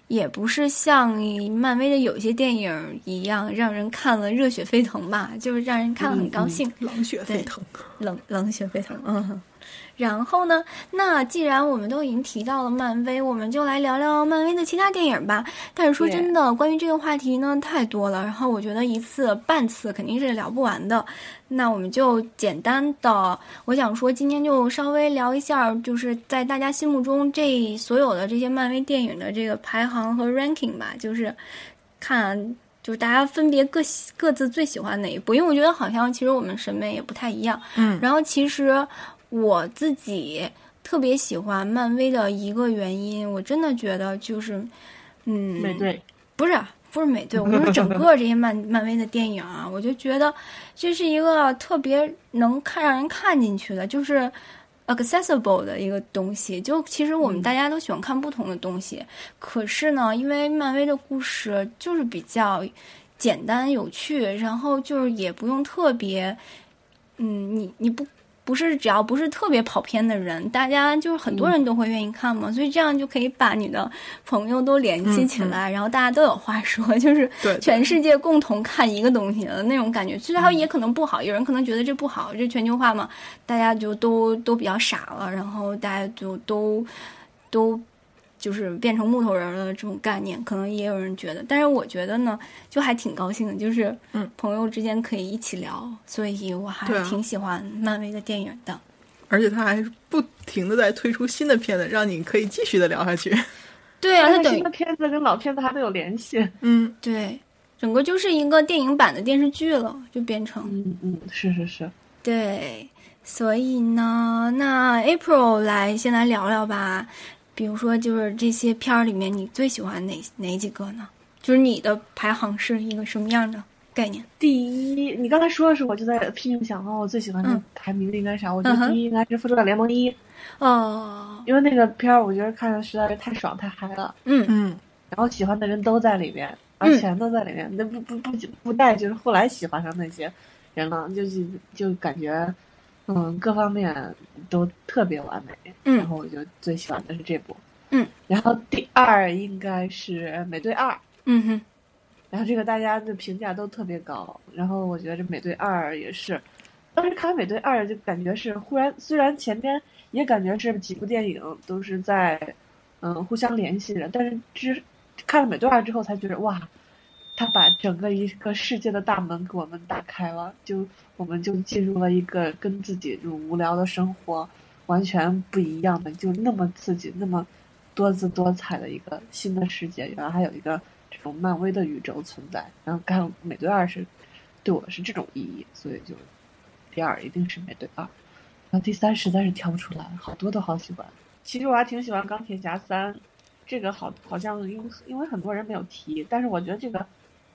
Speaker 2: 也不是像漫威的有些电影一样让人看了热血沸腾吧，就是让人看了很高兴。
Speaker 3: 嗯冷血沸腾。
Speaker 2: 冷冷血沸腾，嗯。然后呢？那既然我们都已经提到了漫威，我们就来聊聊漫威的其他电影吧。但是说真的，关于这个话题呢，太多了。然后我觉得一次半次肯定是聊不完的。那我们就简单的，我想说，今天就稍微聊一下，就是在大家心目中这所有的这些漫威电影的这个排行和 ranking 吧，就是看就是大家分别各喜各自最喜欢哪一部，因为我觉得好像其实我们审美也不太一样。
Speaker 3: 嗯
Speaker 2: 然后其实我自己特别喜欢漫威的一个原因，我真的觉得就是，嗯，
Speaker 4: 美队，
Speaker 2: 不是不是美队，我就是整个这些漫 漫威的电影啊，我就觉得这是一个特别能看让人看进去的，就是 accessible 的一个东西。就其实我们大家都喜欢看不同的东西，可是呢，因为漫威的故事就是比较简单有趣，然后就是也不用特别，嗯，你你不不是只要不是特别跑偏的人，大家就是很
Speaker 3: 嗯
Speaker 2: 多人都会愿意看嘛，所以这样就可以把你的朋友都联系起来，然后大家都有话说， 就是
Speaker 3: 嗯对嗯对
Speaker 2: 全世界共同看一个东西的那种感觉。其实它也可能不好，有人可能觉得这不好，这全球化嘛，大家就都都比较傻了，然后大家就都都就是变成木头人了这种概念，可能也有人觉得，但是我觉得呢，就还挺高兴的，就是
Speaker 3: 嗯
Speaker 2: 朋友之间可以一起聊，所以我还
Speaker 3: 对啊
Speaker 2: 挺喜欢漫威的电影的。
Speaker 3: 而且他还不停的在推出新的片子，让你可以继续的聊下去。
Speaker 2: 对啊，它
Speaker 4: 但是
Speaker 2: 等
Speaker 4: 新
Speaker 2: 于
Speaker 4: 的片子跟老片子还都有联系。
Speaker 3: 嗯，
Speaker 2: 对，整个就是一个电影版的电视剧了，就变成、
Speaker 4: 嗯嗯，是是是。
Speaker 2: 对。所以呢，那 April 来先来聊聊吧，比如说就是这些片儿里面你最喜欢哪哪几个呢？就是你的排行是一个什么样的概念？
Speaker 4: 第一，你刚才说的时候，我就在拼命想哦，我最喜欢的
Speaker 2: 嗯
Speaker 4: 排名的应该是啥？我觉
Speaker 2: 嗯
Speaker 4: 得
Speaker 2: 哼
Speaker 4: 第一应该是《复仇者联盟一》，
Speaker 2: 哦，
Speaker 4: 因为那个片儿我觉得看着实在是太爽太嗨了，
Speaker 2: 嗯
Speaker 3: 嗯，
Speaker 4: 然后喜欢的人都在里面，啊，全都在里面，那不不不不带就是后来喜欢上那些人了，就是就感觉，嗯，各方面都特别完美。
Speaker 2: 嗯
Speaker 4: 然后我就最喜欢的是这部。
Speaker 2: 嗯，
Speaker 4: 然后第二应该是《美队二》。
Speaker 2: 嗯哼，
Speaker 4: 然后这个大家的评价都特别高，然后我觉得这《美队二》也是，当时看完《美队二》就感觉是忽然，虽然前边也感觉是几部电影都是在嗯互相联系的，但是之看了《美队二》之后才觉得哇，他把整个一个世界的大门给我们打开了，就我们就进入了一个跟自己这种无聊的生活完全不一样的，就那么刺激，那么多姿多彩的一个新的世界，原来还有一个这种漫威的宇宙存在。然后看《美队二》是对我是这种意义，所以就第二一定是《美队二》，然后第三实在是挑不出来，好多都好喜欢。其实我还挺喜欢《钢铁侠三》，这个好好像因为因为很多人没有提，但是我觉得这个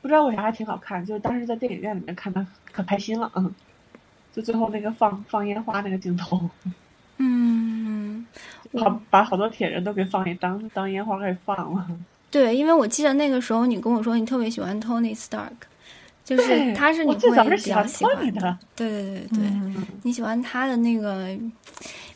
Speaker 4: 不知道为啥还挺好看，就是当时在电影院里面看的可开心了，嗯。就最后那个放放烟花那个镜头，
Speaker 2: 嗯，
Speaker 4: 好把好多铁人都给放一当当烟花给放了。
Speaker 2: 对，因为我记得那个时候你跟我说你特别喜欢 Tony Stark，就是
Speaker 4: 对
Speaker 2: 他是你
Speaker 4: 我最
Speaker 2: 会
Speaker 4: 早是
Speaker 2: 比
Speaker 4: 喜
Speaker 2: 较
Speaker 4: 欢
Speaker 2: 喜欢
Speaker 4: Tony 的嗯
Speaker 2: 对对对对，你喜欢他的那个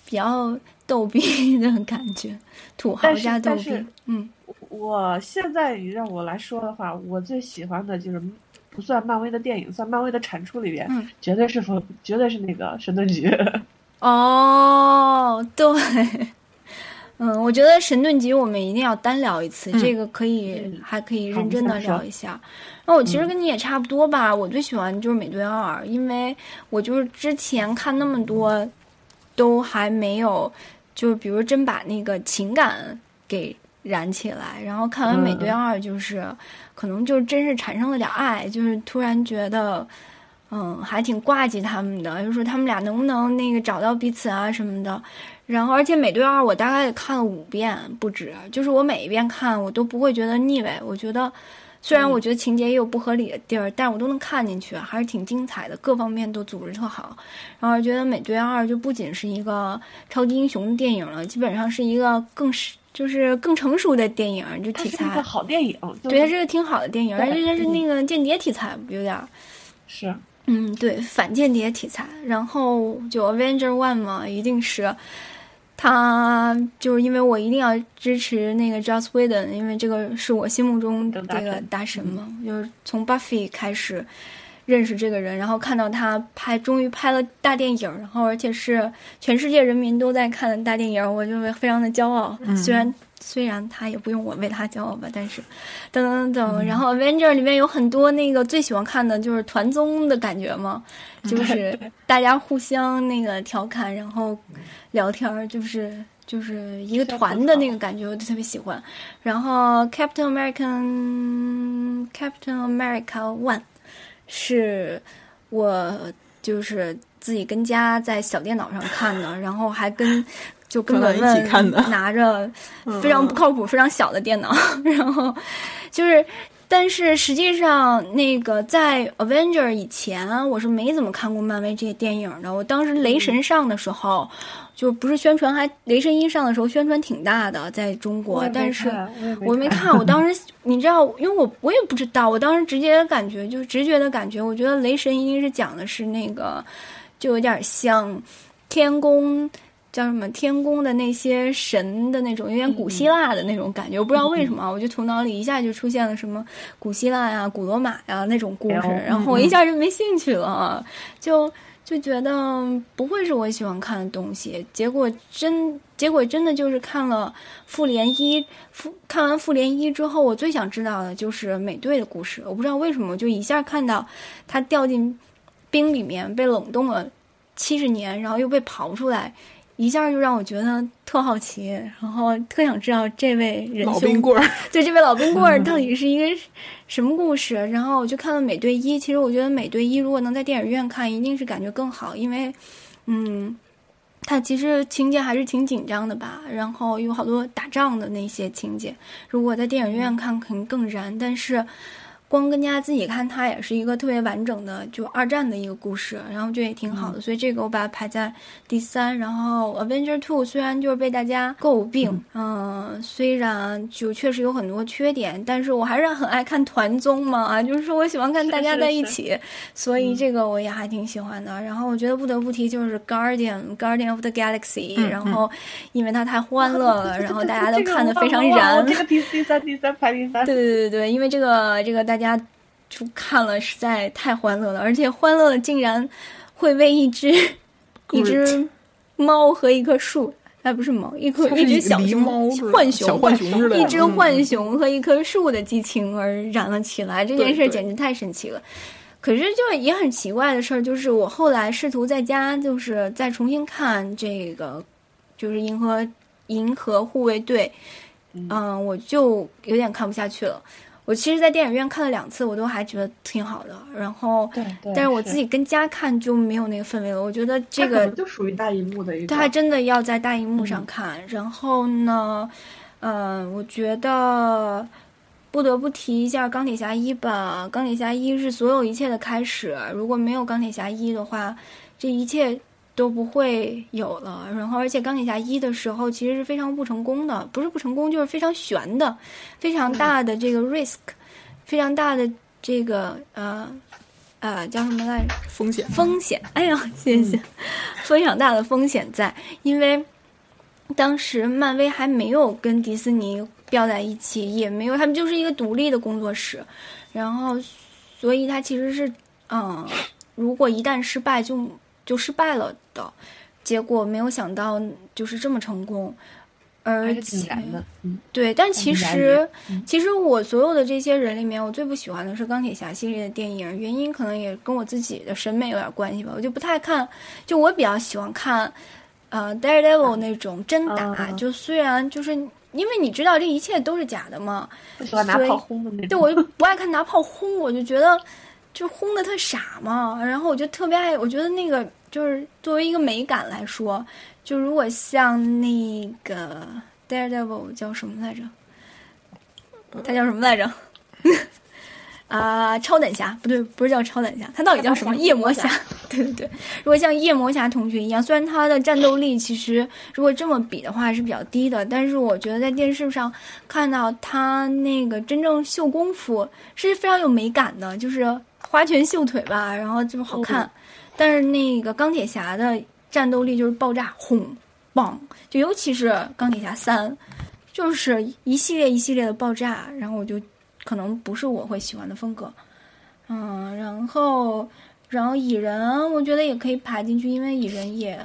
Speaker 2: 比较逗逼的感觉，土豪
Speaker 4: 但是
Speaker 2: 加逗
Speaker 4: 但
Speaker 2: 逼
Speaker 4: 是，
Speaker 2: 嗯
Speaker 4: 我现在让我来说的话，我最喜欢的就是不算漫威的电影，算漫威的产出里边，
Speaker 2: 嗯
Speaker 4: 绝对是否绝对是那个神盾 局。
Speaker 2: 哦，对， 嗯，我觉得神盾局我们一定要单聊一次，这个可以、
Speaker 4: 嗯
Speaker 2: 还可以
Speaker 4: 好
Speaker 2: 认真的
Speaker 4: 没事
Speaker 2: 聊一下。那我其实跟你也差不多吧，我最喜欢就是美队二，因为我就是之前看那么多，都还没有，就是比如真把那个情感给燃起来，然后看完美
Speaker 4: 嗯
Speaker 2: 队二就是，可能就真是产生了点爱，就是突然觉得。嗯，还挺挂记他们的，就说他们俩能不能那个找到彼此啊什么的。然后，而且《美队二》我大概也看了五遍不止，就是我每一遍看我都不会觉得腻味。我觉得，虽
Speaker 4: 嗯
Speaker 2: 然我觉得情节也有不合理的地儿，但我都能看进去，还是挺精彩的，各方面都组织特好。然后觉得《美队二》就不仅是一个超级英雄电影了，基本上是一个更是就是更成熟的电影，就
Speaker 4: 它
Speaker 2: 题
Speaker 4: 是一
Speaker 2: 材
Speaker 4: 个。好电影，就
Speaker 2: 对，它
Speaker 4: 是嗯
Speaker 2: 是个挺好的电影，而且它是那个间谍题材，有点儿。
Speaker 4: 是啊
Speaker 2: 嗯，对，反间谍题材，然后就 Avenger One 嘛，一定是他，就是因为我一定要支持那个 Joss Whedon，因为这个是我心目中这
Speaker 4: 等大
Speaker 2: 个
Speaker 4: 神
Speaker 2: 大神嘛，就是从 Buffy 开始认识这个人，然后看到他拍，终于拍了大电影，然后而且是全世界人民都在看的大电影，我就会非常的骄傲，虽然。虽然他也不用我为他骄傲吧，但是，等等等，然后 Avenger 里面有很多那个最喜欢看的就是团综的感觉嘛，就是大家互相那个调侃，然后聊天儿，就是就是一个团的那个感觉，我就特别喜欢。然后 Captain American Captain America One 是我就是自己跟家在小电脑上看的，然后还跟就跟
Speaker 3: 跟我
Speaker 2: 文
Speaker 3: 一起
Speaker 2: 文
Speaker 3: 看的嗯
Speaker 2: 拿着非常不靠谱、非常小的电脑， 然后就是。但是实际上，那个在 Avenger 以前，我是没怎么看过漫威这些电影的。我当时
Speaker 4: 嗯
Speaker 2: 雷神上的时候，就不是宣传还雷神一上的时候宣传挺大的，在中国
Speaker 4: 也，没
Speaker 2: 但是
Speaker 4: 看我也没
Speaker 2: 我没看，我 当时你知道，因为我我也不知道，我当时直接的感觉就是直觉的感觉，我觉得雷神一定是讲的是那个，就有点像。天宫叫什么天宫的那些神的那种，有点古希腊的那种感觉。我不知道为什么啊，我就头脑里一下就出现了什么古希腊呀、古罗马呀那种故事，
Speaker 4: 哎呦
Speaker 2: 然后我一下就没兴趣了啊，就就觉得不会是我喜欢看的东西。结果真结果真的就是看了《复联一》复看完《复联一》之后，我最想知道的就是美队的故事。我不知道为什么，我就一下看到他掉进冰里面被冷冻了七十年，然后又被刨出来，一下就让我觉得特好奇，然后特想知道这位仁
Speaker 3: 老冰
Speaker 2: 兄，
Speaker 3: 棍儿，嗯
Speaker 2: 对这位老冰棍儿到底是一个什么故事。然后我就看了《美队一》，其实我觉得《美队一》如果能在电影院看，一定是感觉更好，因为嗯。它其实情节还是挺紧张的吧，然后有好多打仗的那些情节，如果在电影院看可能更燃，但是光跟家自己看，它也是一个特别完整的，就二战的一个故事，然后这也挺好的，所以这个我把它排在第三。然后 Avenger Two 虽然就是被大家诟病，嗯、虽然就确实有很多缺点，但是我还是很爱看团综嘛，啊，就是说我喜欢看大家在一起，所以这个我也还挺喜欢的。然后我觉得不得不提就是 Guardian Guardian of the Galaxy，、
Speaker 3: 嗯
Speaker 2: 然后因为它太欢乐了，然后大家都
Speaker 4: 这个
Speaker 2: 看得非常
Speaker 4: 我忘了
Speaker 2: 燃
Speaker 4: 我。这个第第三第三排第三，
Speaker 2: 对对对对，因为这个这个大家就看了实在太欢乐了，而且欢乐的竟然会为一只一只猫和一棵树，哎不是猫，一棵
Speaker 3: 它是
Speaker 2: 一只小
Speaker 3: 狸
Speaker 2: 熊
Speaker 3: 猫是吧
Speaker 2: 浣
Speaker 3: 小
Speaker 2: 熊
Speaker 3: 浣熊之类的，
Speaker 2: 一只
Speaker 3: 嗯
Speaker 2: 浣熊和一棵树的激情而燃了起来，这件事
Speaker 3: 对对
Speaker 2: 儿简直太神奇了。可是，就也很奇怪的事儿，就是我后来试图在家，就是再重新看这个，就是《银河银河护卫队》，嗯、我就有点看不下去了。我其实，在电影院看了两次，我都还觉得挺好的。然后，
Speaker 4: 对对
Speaker 2: 但是我
Speaker 4: 是
Speaker 2: 自己跟家看就没有那个氛围了。我觉得这
Speaker 4: 它可
Speaker 2: 个
Speaker 4: 能就属于大荧幕的
Speaker 2: 它
Speaker 4: 一种。
Speaker 2: 还真的要在大荧幕上看。然后呢，嗯、我觉得不得不提一下《钢铁侠一》吧，《钢铁侠一》是所有一切的开始。如果没有《钢铁侠一》的话，这一切都不会有了。然后，而且《钢铁侠一》的时候其实是非常不成功的，不是不成功，就是非常悬的，非常大的这个 risk，非常大的这个呃呃叫什么来着？
Speaker 3: 风险
Speaker 2: 风险。哎
Speaker 4: 嗯
Speaker 2: 呀，谢谢，非常大的风险在，因为当时漫威还没有跟迪士尼标在一起，也没有，他们就是一个独立的工作室，然后，所以它其实是，嗯，如果一旦失败就，就失败了的。结果没有想到就是这么成功，而
Speaker 4: 还
Speaker 2: 且
Speaker 4: 是挺燃的，嗯，
Speaker 2: 对，但其
Speaker 4: 明白
Speaker 2: 实
Speaker 4: 你，嗯
Speaker 2: 其实我所有的这些人里面，我最不喜欢的是钢铁侠系列的电影，原因可能也跟我自己的审美有点关系吧。我就不太看，就我比较喜欢看，呃，Daredevil 那种真打，
Speaker 4: 啊
Speaker 2: 就虽然就是因为你知道这一切都是假的嘛，
Speaker 4: 不喜欢拿
Speaker 2: 所以
Speaker 4: 炮轰的那
Speaker 2: 对
Speaker 4: 种。
Speaker 2: 我就不爱看拿炮轰，我就觉得就轰的特傻嘛。然后我就特别爱，我觉得那个就是作为一个美感来说，就如果像那个 Daredevil 叫什么来着？他叫什么来着？ 啊、超等侠不对，不是叫超等侠，他到底叫什么？
Speaker 4: 他叫
Speaker 2: 夜魔侠。 对对对，如果像夜魔侠同学一样，虽然他的战斗力其实如果这么比的话是比较低的，但是我觉得在电视上看到他那个真正秀功夫是非常有美感的，就是花拳绣腿吧，然后就好看。但是那个钢铁侠的战斗力就是爆炸轰棒，就尤其是钢铁侠三，就是一系列一系列的爆炸，然后我就可能不是我会喜欢的风格。嗯，然后然后蚁人，我觉得也可以排进去，因为蚁人也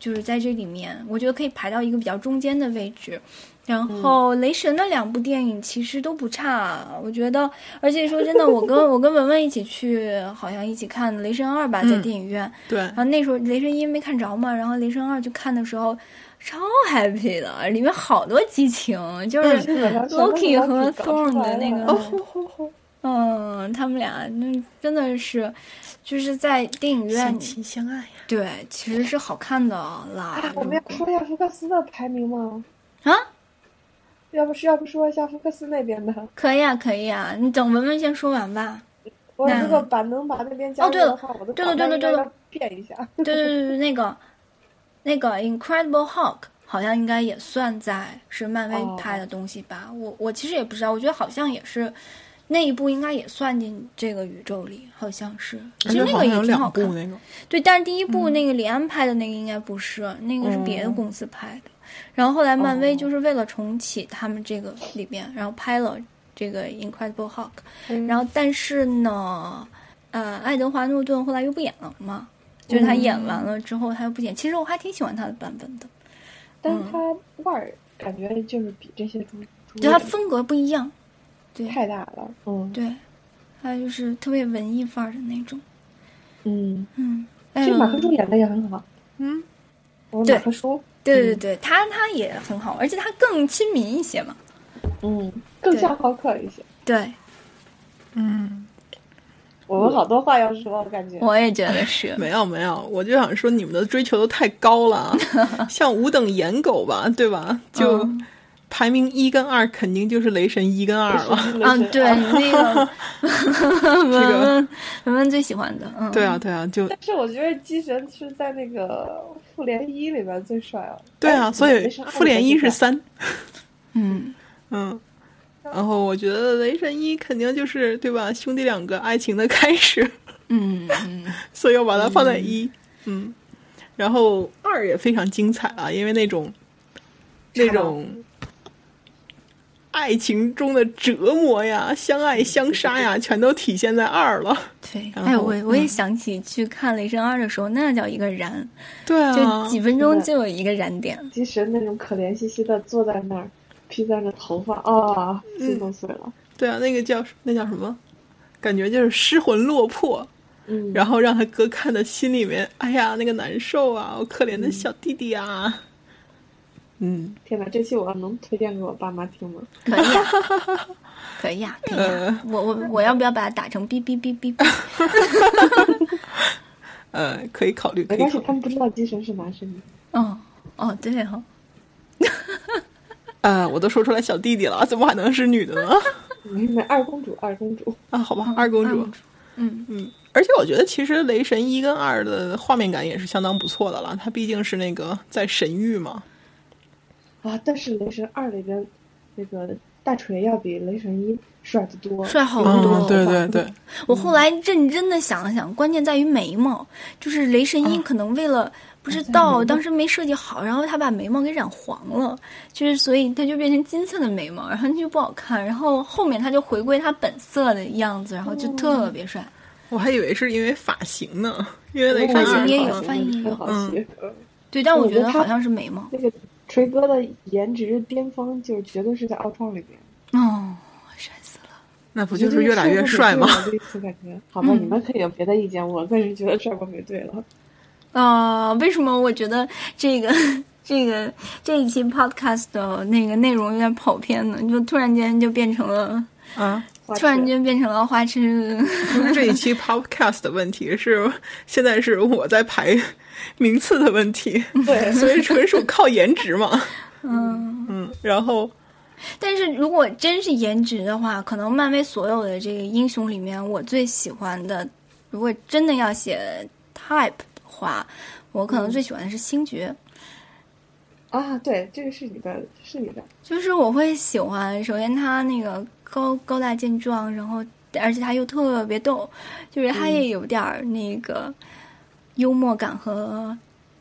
Speaker 2: 就是在这里面，我觉得可以排到一个比较中间的位置。然后雷神的两部电影其实都不差，我觉得，而且说真的，我跟我跟文文一起去，好像一起看《雷神二》吧，在
Speaker 3: 嗯
Speaker 2: 电影院，
Speaker 3: 对
Speaker 2: 然，后那时候《雷神一》没看着嘛，然后《雷神二》去看的时候超 happy 的，里面好多激情，就是
Speaker 4: 基本上全都是
Speaker 2: Loki
Speaker 4: 老
Speaker 2: 和
Speaker 4: 几搞出
Speaker 2: Thorn 的
Speaker 4: 来
Speaker 2: 那
Speaker 4: 了
Speaker 2: 个，嗯，他们俩那真的是，就是在电影院
Speaker 3: 相嗯亲相爱呀，
Speaker 2: 对，其实是好看的啦
Speaker 4: 啊。
Speaker 2: 如
Speaker 4: 我们要
Speaker 2: 果
Speaker 4: 说一下福克斯的排名吗？
Speaker 2: 啊，
Speaker 4: 要不是要不说一下福克斯那边的？
Speaker 2: 可以啊，可以啊，你等文文先说完吧。
Speaker 4: 我
Speaker 2: 那
Speaker 4: 如果把能把那边加
Speaker 2: 哦
Speaker 4: 入
Speaker 2: 对了
Speaker 4: 的话，我都
Speaker 2: 对了
Speaker 4: 把
Speaker 2: 对了
Speaker 4: 那边
Speaker 2: 对了嗯
Speaker 4: 要变一下。
Speaker 2: 对对对对，那个那个 Incredible Hulk 好像应该也算在是漫威
Speaker 4: 哦
Speaker 2: 拍的东西吧。我我其实也不知道，我觉得好像也是那一部应该也算进这个宇宙里，好像是。其
Speaker 3: 而
Speaker 2: 实那
Speaker 3: 且哎好
Speaker 2: 个
Speaker 3: 像有
Speaker 2: 也挺
Speaker 3: 两
Speaker 2: 好
Speaker 3: 部
Speaker 2: 看。
Speaker 3: 那个，
Speaker 2: 对，但是第一部那个李安拍的那个应该不是，那个是别的公司拍的。然后后来漫威就是为了重启他们这个里边，然后拍了这个 Incredible Hulk，、然后但是呢，呃，爱德华诺顿后来又不演了嘛，就是他演完了之后他又不演。其实我还挺喜欢他的版本的，
Speaker 4: 但是它腕儿感觉就是比这些猪猪
Speaker 2: 就他
Speaker 4: 人
Speaker 2: 风格不一样。对
Speaker 4: 太大了，嗯
Speaker 2: 对，还有就是特别文艺范儿的那种。
Speaker 4: 嗯，
Speaker 2: 嗯，
Speaker 4: 其
Speaker 2: 哎
Speaker 4: 实
Speaker 2: 呦
Speaker 4: 马克叔演的也很好，
Speaker 3: 嗯，
Speaker 4: 我
Speaker 2: 对
Speaker 4: 马克叔，
Speaker 2: 对对对，他他也很好，而且他更亲民一些嘛。
Speaker 4: 嗯，更
Speaker 2: 对
Speaker 4: 像浩克一些。
Speaker 2: 对，
Speaker 3: 嗯，
Speaker 4: 我们好多话要说，我感觉
Speaker 2: 我也觉得是。
Speaker 3: 没有没有，我就想说你们的追求都太高了 啊，像五等颜狗吧，对吧？就
Speaker 2: 嗯
Speaker 3: 排名一跟二，肯定就是雷神一跟二了。
Speaker 2: 啊，对，那个 文
Speaker 3: 嗯个
Speaker 2: 文文文最喜欢的，嗯，
Speaker 3: 对啊，对啊，就
Speaker 4: 但是我觉得机器人是在那个复联一里边最帅了。
Speaker 3: 对啊，
Speaker 4: 哎
Speaker 3: 所以
Speaker 4: 雷神二
Speaker 3: 复联一
Speaker 4: 里边
Speaker 3: 是
Speaker 4: 最帅
Speaker 3: 三，
Speaker 2: 嗯，
Speaker 3: 嗯，然后我觉得雷神一肯定就是对吧，兄弟两个爱情的开始，
Speaker 2: 嗯嗯，
Speaker 3: 所以我把它放在一，嗯，然后二也非常精彩啊，因为那种那种爱情中的折磨呀、相爱相杀呀，全都体现在二了。
Speaker 2: 对，
Speaker 3: 然
Speaker 2: 哎，
Speaker 3: 后嗯
Speaker 2: 我我也想起去看《雷神二》的时候，那叫一个燃，
Speaker 3: 对啊
Speaker 2: 就，几分钟
Speaker 4: 对
Speaker 2: 就有一个燃点，
Speaker 4: 机器人那种可怜兮兮的坐在那儿，披散着头发啊，
Speaker 2: 嗯
Speaker 4: 心都碎了。
Speaker 3: 对啊，那个叫那叫什么？感觉就是失魂落魄，
Speaker 4: 嗯，
Speaker 3: 然后让他哥看的心里面，哎呀，那个难受啊，我可怜的小弟弟啊，嗯，
Speaker 4: 天哪，这期我要能推荐给我爸妈听吗？
Speaker 2: 可以啊，可以啊，可以啊
Speaker 3: 呃，
Speaker 2: 我我我要不要把它打成哔哔哔哔哔？
Speaker 3: 呃，可以考虑，可
Speaker 4: 没
Speaker 3: 以
Speaker 4: 关
Speaker 3: 考
Speaker 4: 系，
Speaker 3: 虑
Speaker 4: 他们不知道机器人是男生。
Speaker 2: 哦哦，对哈、
Speaker 3: 啊，我都说出来小弟弟了，怎么还能是女的呢？
Speaker 4: 没没，二公主，二公主，
Speaker 3: 啊，好吧，二公
Speaker 2: 二
Speaker 3: 主
Speaker 2: 公，嗯
Speaker 3: 嗯，而且我觉得其实雷神一跟二的画面感也是相当不错的了，它毕竟是那个在神域嘛，
Speaker 4: 啊！但是雷神二里边那个大锤要比雷神一帅得多，
Speaker 2: 帅好
Speaker 4: 嗯
Speaker 2: 多、
Speaker 3: 对对对，
Speaker 2: 我后来认真的想了想，关键在于眉毛，就是雷神一可能为了不知道、当时没设计好，然后他把眉毛给染黄了，就是所以他就变成金色的眉毛，然后就不好看。然后后面他就回归他本色的样子，然后就特别帅。
Speaker 3: 我还以为是因为发型呢，因为雷神
Speaker 2: 发型
Speaker 3: 二
Speaker 2: 也
Speaker 3: 好
Speaker 2: 有
Speaker 3: 像
Speaker 2: 发型也有
Speaker 4: 很好学。嗯
Speaker 2: 对，但我
Speaker 4: 我
Speaker 2: 觉
Speaker 4: 觉
Speaker 2: 得
Speaker 4: 得他
Speaker 2: 好像是眉毛。
Speaker 4: 那个锤哥的颜值巅峰，就是绝对是在奥创里面。
Speaker 2: 哦，帅死了！
Speaker 3: 那不就是越来越帅吗？
Speaker 4: 我这次感觉，好吧，
Speaker 2: 嗯
Speaker 4: 你们可以有别的意见，我个人觉得帅哥没对了。
Speaker 2: 啊、为什么我觉得这个这个这一期 podcast 的那个内容有点跑偏呢？就突然间就变成了，
Speaker 3: 啊，
Speaker 4: 花
Speaker 2: 突然
Speaker 4: 痴
Speaker 2: 间变成了花痴。
Speaker 3: 不是这一期 podcast 的问题，是现在是我在排名次的问题，
Speaker 4: 对，
Speaker 3: 所以纯属靠颜值嘛，
Speaker 2: 嗯，
Speaker 3: 嗯，然后
Speaker 2: 但是如果真是颜值的话，可能漫威所有的这个英雄里面，我最喜欢的，如果真的要写 type 的话，我可能最喜欢的是星爵。
Speaker 4: 啊，对，这个是你的，是你的，
Speaker 2: 就是我会喜欢，首先他那个高高大健壮，然后而且他又特别逗，就是他也有点儿那个幽默感和。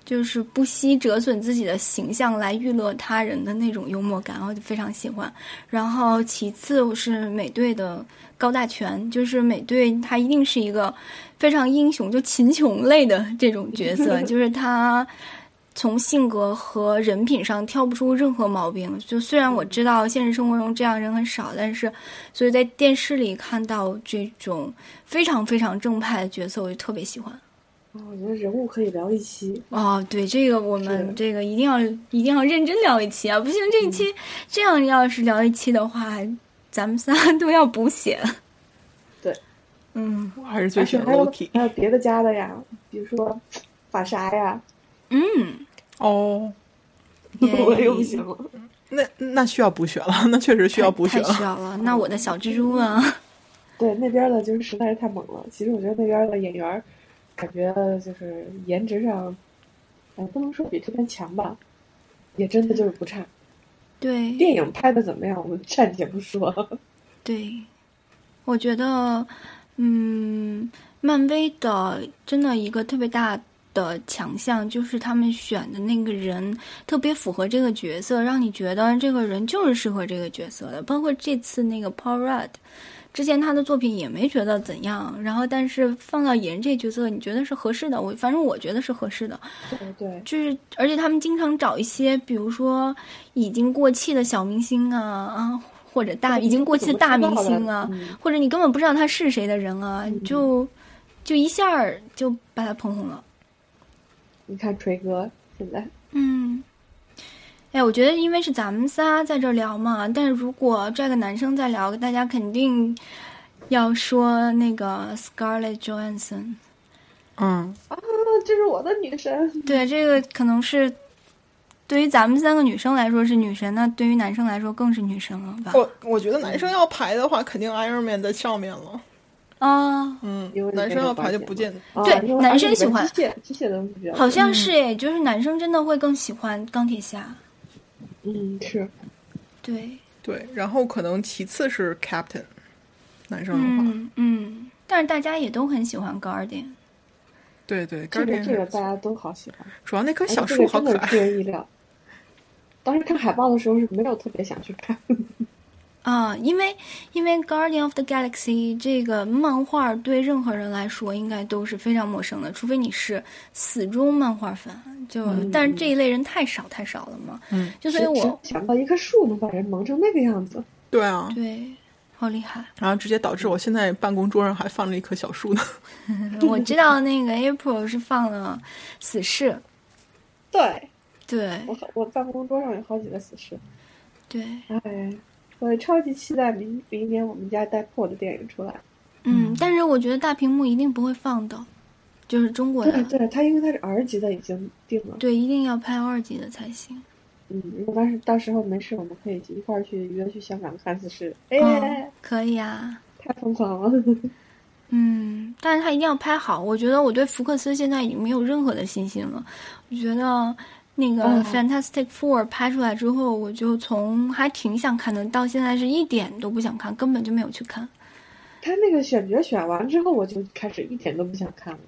Speaker 2: 就是不惜折损自己的形象来娱乐他人的那种幽默感，我就非常喜欢。然后其次是美队的高大全，就是美队他一定是一个非常英雄，就秦琼类的这种角色，就是他从性格和人品上挑不出任何毛病。就虽然我知道现实生活中这样人很少，但是所以在电视里看到这种非常非常正派的角色，我就特别喜欢。
Speaker 4: 啊，我觉得人物可以聊一期，
Speaker 2: 哦，对，这个我
Speaker 4: 是
Speaker 2: 们这个一定要一定要认真聊一期啊！不行，这一期、这样要是聊一期的话，咱们仨 都要补 血。
Speaker 4: 对，
Speaker 2: 嗯
Speaker 3: 我还是最
Speaker 4: 而
Speaker 3: 喜
Speaker 4: 且
Speaker 3: 欢
Speaker 4: 还有
Speaker 3: Loki
Speaker 4: 还有别的家的呀，比如说法鲨呀，
Speaker 2: 嗯，
Speaker 3: 哦。
Speaker 4: 我又不
Speaker 2: 耶
Speaker 4: 行了。
Speaker 3: 那那需要补血了， 那确实需要补血
Speaker 2: 太需
Speaker 3: 了。
Speaker 2: 要了。那我的小蜘蛛啊，
Speaker 4: 对，那边的就是实在是太猛了。其实我觉得那边的演员儿，感觉就是颜值上，呃，不能说比这边强吧，也真的就是不差。
Speaker 2: 对
Speaker 4: 电影拍的怎么样，我们暂且不说。
Speaker 2: 对，我觉得，嗯，漫威的真的一个特别大的强项就是他们选的那个人特别符合这个角色，让你觉得这个人就是适合这个角色的。包括这次那个 Paul Rudd，之前他的作品也没觉得怎样，然后但是放到演这角色，你觉得是合适的。我反正我觉得是合适的。
Speaker 4: 对对，
Speaker 2: 就是，而且他们经常找一些，比如说已经过气的小明星啊啊，或者大
Speaker 4: 对
Speaker 2: 已经过气的大明星啊
Speaker 4: 你不知道的嗯，
Speaker 2: 或者你根本不知道他是谁的人啊，就就一下儿就把他捧红了。
Speaker 4: 你看锤哥现在，
Speaker 2: 嗯，哎，我觉得因为是咱们仨在这儿聊嘛，但是如果拽个男生在聊，大家肯定要说那个 Scarlett Johansson。
Speaker 3: 嗯，
Speaker 4: 啊，这是我的女神。
Speaker 2: 对，这个可能是对于咱们三个女生来说是女神，那对于男生来说更是女神了吧？
Speaker 3: 我我觉得男生要排的话，肯定 Iron Man 在上面了。
Speaker 2: 啊，
Speaker 3: 嗯
Speaker 4: 因为，
Speaker 3: 男生要排就
Speaker 4: 那个
Speaker 3: 不见得。
Speaker 4: 啊
Speaker 2: 对
Speaker 4: 因为
Speaker 2: 男生喜欢
Speaker 4: 机械机械的东西比较多
Speaker 2: 好像是诶，就是男生真的会更喜欢钢铁侠。
Speaker 4: 嗯是，
Speaker 2: 对，
Speaker 3: 对，然后可能其次是 Captain，男生的话，
Speaker 2: 嗯嗯，但是大家也都很喜欢高二点。
Speaker 3: 对对
Speaker 4: 这个
Speaker 3: ，Captain
Speaker 4: 这
Speaker 3: 是
Speaker 4: 个大家都好喜欢。
Speaker 3: 主要那棵
Speaker 4: 哎
Speaker 3: 小
Speaker 4: 这
Speaker 3: 树
Speaker 4: 个
Speaker 3: 好
Speaker 4: 真
Speaker 3: 可
Speaker 4: 的出
Speaker 3: 爱。
Speaker 4: 人意料。当时看海报的时候是没有特别想去看，
Speaker 2: 啊，因为因为《Guardian of the Galaxy》这个漫画对任何人来说应该都是非常陌生的，除非你是死忠漫画粉。就、但是这一类人太少太少了嘛。
Speaker 3: 嗯，
Speaker 2: 就所以我
Speaker 4: 只想到一棵树能把人萌成那个样子，
Speaker 3: 对啊，
Speaker 2: 对，好厉害。
Speaker 3: 然后直接导致我现在办公桌上还放着一棵小树呢。
Speaker 2: 我知道那个 April 是放了死侍，
Speaker 4: 对
Speaker 2: 对
Speaker 4: 我好我办公桌上有好几个死尸，
Speaker 2: 对，
Speaker 4: 哎，我超级期待明明年我们家带破的电影出来。
Speaker 2: 嗯，但是我觉得大屏幕一定不会放的，就是中国的，
Speaker 4: 对对，他因为他是 R 级的已经定了，
Speaker 2: 对一定要拍二级的才行。
Speaker 4: 嗯，如果当时到时候没事，我们可以一块儿去约去香港看死尸，哎，
Speaker 2: 嗯，可以啊，
Speaker 4: 太疯狂了，
Speaker 2: 嗯，但是他一定要拍好。我觉得我对福克斯现在已经没有任何的信心了，我觉得。那个
Speaker 4: 哦
Speaker 2: Fantastic Four 拍出来之后，我就从还挺想看的，到现在是一点都不想看，根本就没有去看。
Speaker 4: 他那个选角选完之后，我就开始一点都不想看了。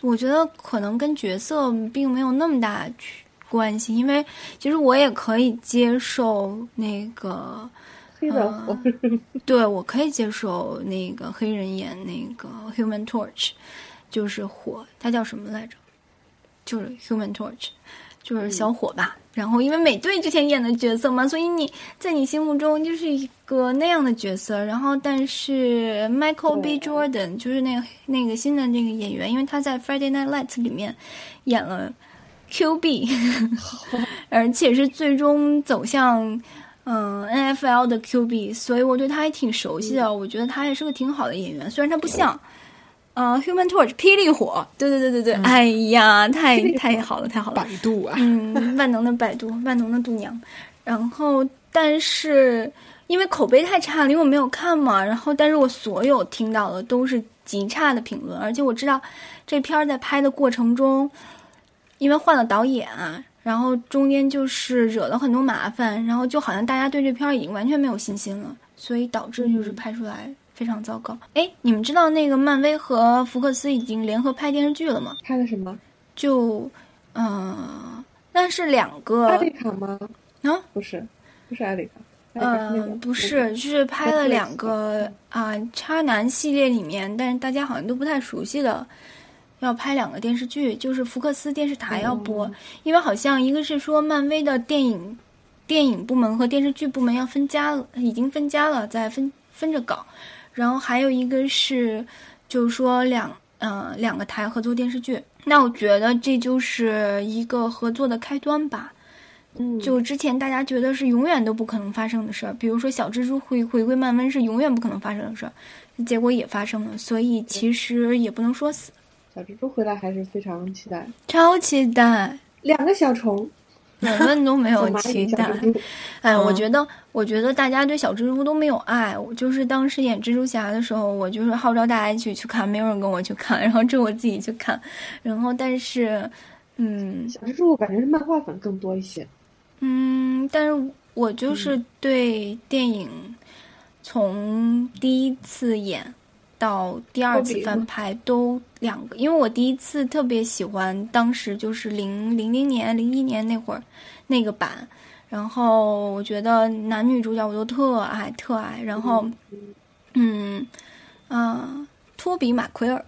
Speaker 2: 我觉得可能跟角色并没有那么大区关系，因为其实我也可以接受那个，
Speaker 4: 黑的，
Speaker 2: 啊对我可以接受那个黑人演那个 Human Torch，就是火，他叫什么来着？就是 Human Torch，就是小火吧。然后因为美队之前演的角色嘛，所以你在你心目中就是一个那样的角色。然后但是 Michael B.
Speaker 4: 对
Speaker 2: Jordan 就是那个那个新的那个演员，因为他在 Friday Night Lights 里面演了 Q B，而且是最终走向。嗯，NFL 的 QB，所以我对他还挺熟悉的。我觉得他也是个挺好的演员，虽然他不像，呃，Human Torch 霹雳火，对对对对对，哎呀，太太好了，太好了，
Speaker 3: 百度啊，
Speaker 2: 嗯，万能的百度，万能的度娘。然后，但是因为口碑太差了，因为我没有看嘛，然后但是我所有听到的都是极差的评论，而且我知道这片儿在拍的过程中，因为换了导演啊、然后中间就是惹了很多麻烦，然后就好像大家对这片儿已经完全没有信心了，所以导致就是拍出来非常糟糕。哎、你们知道那个漫威和福克斯已经联合拍电视剧了吗？
Speaker 4: 看的什么？
Speaker 2: 就，嗯，但是两
Speaker 4: 艾
Speaker 2: 个
Speaker 4: 丽，卡吗？
Speaker 2: 嗯啊，
Speaker 4: 不是，不是艾丽卡，艾丽卡是那个
Speaker 2: 嗯，不是，，是拍了两个啊、渣男系列里面，但是大家好像都不太熟悉的，要拍两个电视剧，就是福克斯电视台要播，
Speaker 4: 哦
Speaker 2: 因为好像一个是说漫威的电影电影部门和电视剧部门要分家了，已经分家了，在分分着搞，然后还有一个是就是说两呃两个台合作电视剧，那我觉得这就是一个合作的开端吧。
Speaker 4: 嗯，
Speaker 2: 就之前大家觉得是永远都不可能发生的事儿，比如说小蜘蛛回回归漫威是永远不可能发生的事儿，结果也发生了，所以其实也不能说死，
Speaker 4: 小蜘蛛回来还是非常期待。
Speaker 2: 超期待，
Speaker 4: 两个小虫，
Speaker 2: 我们都没有
Speaker 4: 小蚂
Speaker 2: 期
Speaker 4: 蚁小
Speaker 2: 待。
Speaker 4: 蜘蛛，
Speaker 2: 哎，我觉得，我觉得大家对小蜘蛛都没有爱。我就是当时演蜘蛛侠的时候，我就是号召大家一起去看，没有人跟我去看，然后这我自己去看，然后但是，嗯
Speaker 4: 小蜘蛛我感觉是漫画粉更多一些。
Speaker 2: 嗯，但是我就是对电影从第一次演到第二次翻拍都两个，因为我第一次特别喜欢，当时就是零零零年、零一年那会儿那个版，然后我觉得男女主角我都特爱特爱，然后嗯啊、托比马奎尔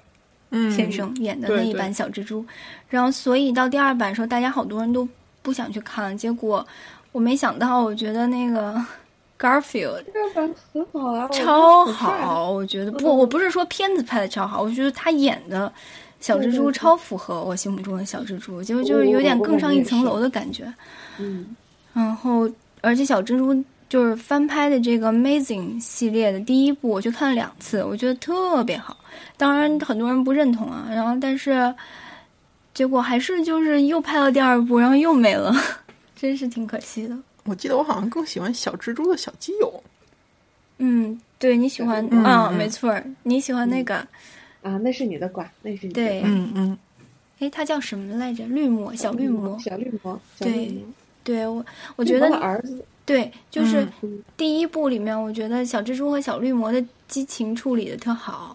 Speaker 3: 嗯，
Speaker 2: 先生演的
Speaker 3: 对
Speaker 2: 那一
Speaker 3: 对
Speaker 2: 版小蜘蛛，然后所以到第二版的时候，大家好多人都不想去看，结果我没想到，我觉得那个 Garfield
Speaker 4: 这个版很好啊，我觉得
Speaker 2: 超
Speaker 4: 很帅啊。
Speaker 2: 好，我觉得不，我不是说片子拍的超好，我觉得他演的小蜘蛛超符合我心目中的小蜘蛛，
Speaker 4: 哦
Speaker 2: 结果就是有点更上一层楼的感觉。
Speaker 4: 嗯，
Speaker 2: 然后，而且小蜘蛛就是翻拍的这个 Amazing 系列的第一部，我去看了两次，我觉得特别好。当然，很多人不认同啊，然后但是结果还是就是又拍了第二部，然后又没了， 真是挺可惜的。
Speaker 3: 嗯我记得我好像更喜欢小蜘蛛的小基友，
Speaker 2: 嗯，对你喜欢
Speaker 3: 嗯
Speaker 2: 啊、
Speaker 3: 嗯
Speaker 2: 没错儿，你喜欢那个，
Speaker 4: 啊，那是你的管，那是你的
Speaker 2: 对，
Speaker 3: 嗯嗯，
Speaker 2: 哎，它叫什么来着？绿魔，小绿魔。
Speaker 4: 嗯小绿魔，小
Speaker 2: 对
Speaker 4: 绿魔
Speaker 2: 对我，我
Speaker 4: 我
Speaker 2: 觉得
Speaker 4: 儿子
Speaker 2: 对，就是
Speaker 4: 嗯
Speaker 2: 第一部里面，我觉得小蜘蛛和小绿魔的激情处理的特好。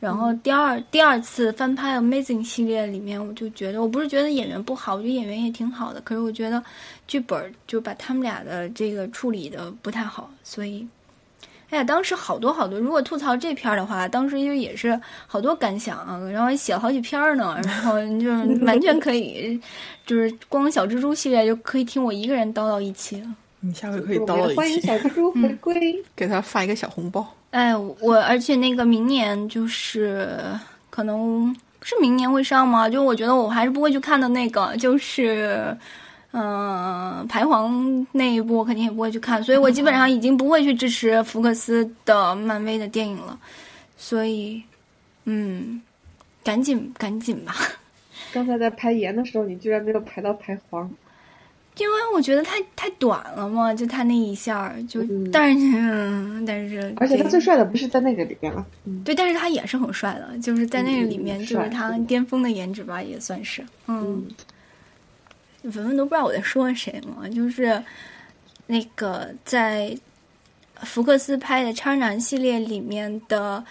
Speaker 2: 然后第二第二次翻拍《Amazing》系列里面，我就觉得我不是觉得演员不好，我觉得演员也挺好的，可是我觉得剧本儿就把他们俩的这个处理的不太好，所以，哎呀，当时好多好多，如果吐槽这片儿的话，当时就也是好多感想啊，然后还写了好几篇儿呢，然后就是完全可以，就是光小蜘蛛系列就可以听我一个人叨叨一期了。
Speaker 3: 你下回可以
Speaker 4: 我
Speaker 3: 叨
Speaker 4: 们
Speaker 3: 叨
Speaker 4: 欢
Speaker 3: 一
Speaker 4: 迎
Speaker 3: 期，
Speaker 4: 小蜘 蛛
Speaker 2: 嗯
Speaker 4: 回归。
Speaker 3: 给他发一个小红包。
Speaker 2: 哎，我而且那个明年就是可能是明年会上吗？就我觉得我还是不会去看的那个，就是嗯、呃排皇那一部我肯定也不会去看，所以我基本上已经不会去支持福克斯的漫威的电影了。所以，嗯，赶紧赶紧吧，
Speaker 4: 刚才在排盐的时候，你居然没有排到排黄，
Speaker 2: 因为我觉得太太短了嘛，就他那一下儿就，
Speaker 4: 嗯
Speaker 2: 但是、嗯、但是
Speaker 4: 而且他
Speaker 2: 对
Speaker 4: 最帅的不是在那个里边了，嗯
Speaker 2: 对，但是他也是很帅的，就是在那个里面，
Speaker 4: 嗯
Speaker 2: 就是
Speaker 4: 帅
Speaker 2: 他巅峰的颜值吧，也算是。嗯，
Speaker 4: 嗯，
Speaker 2: 文文都不知道我在说谁嘛，就是那个在福克斯拍的《超男》系列里面的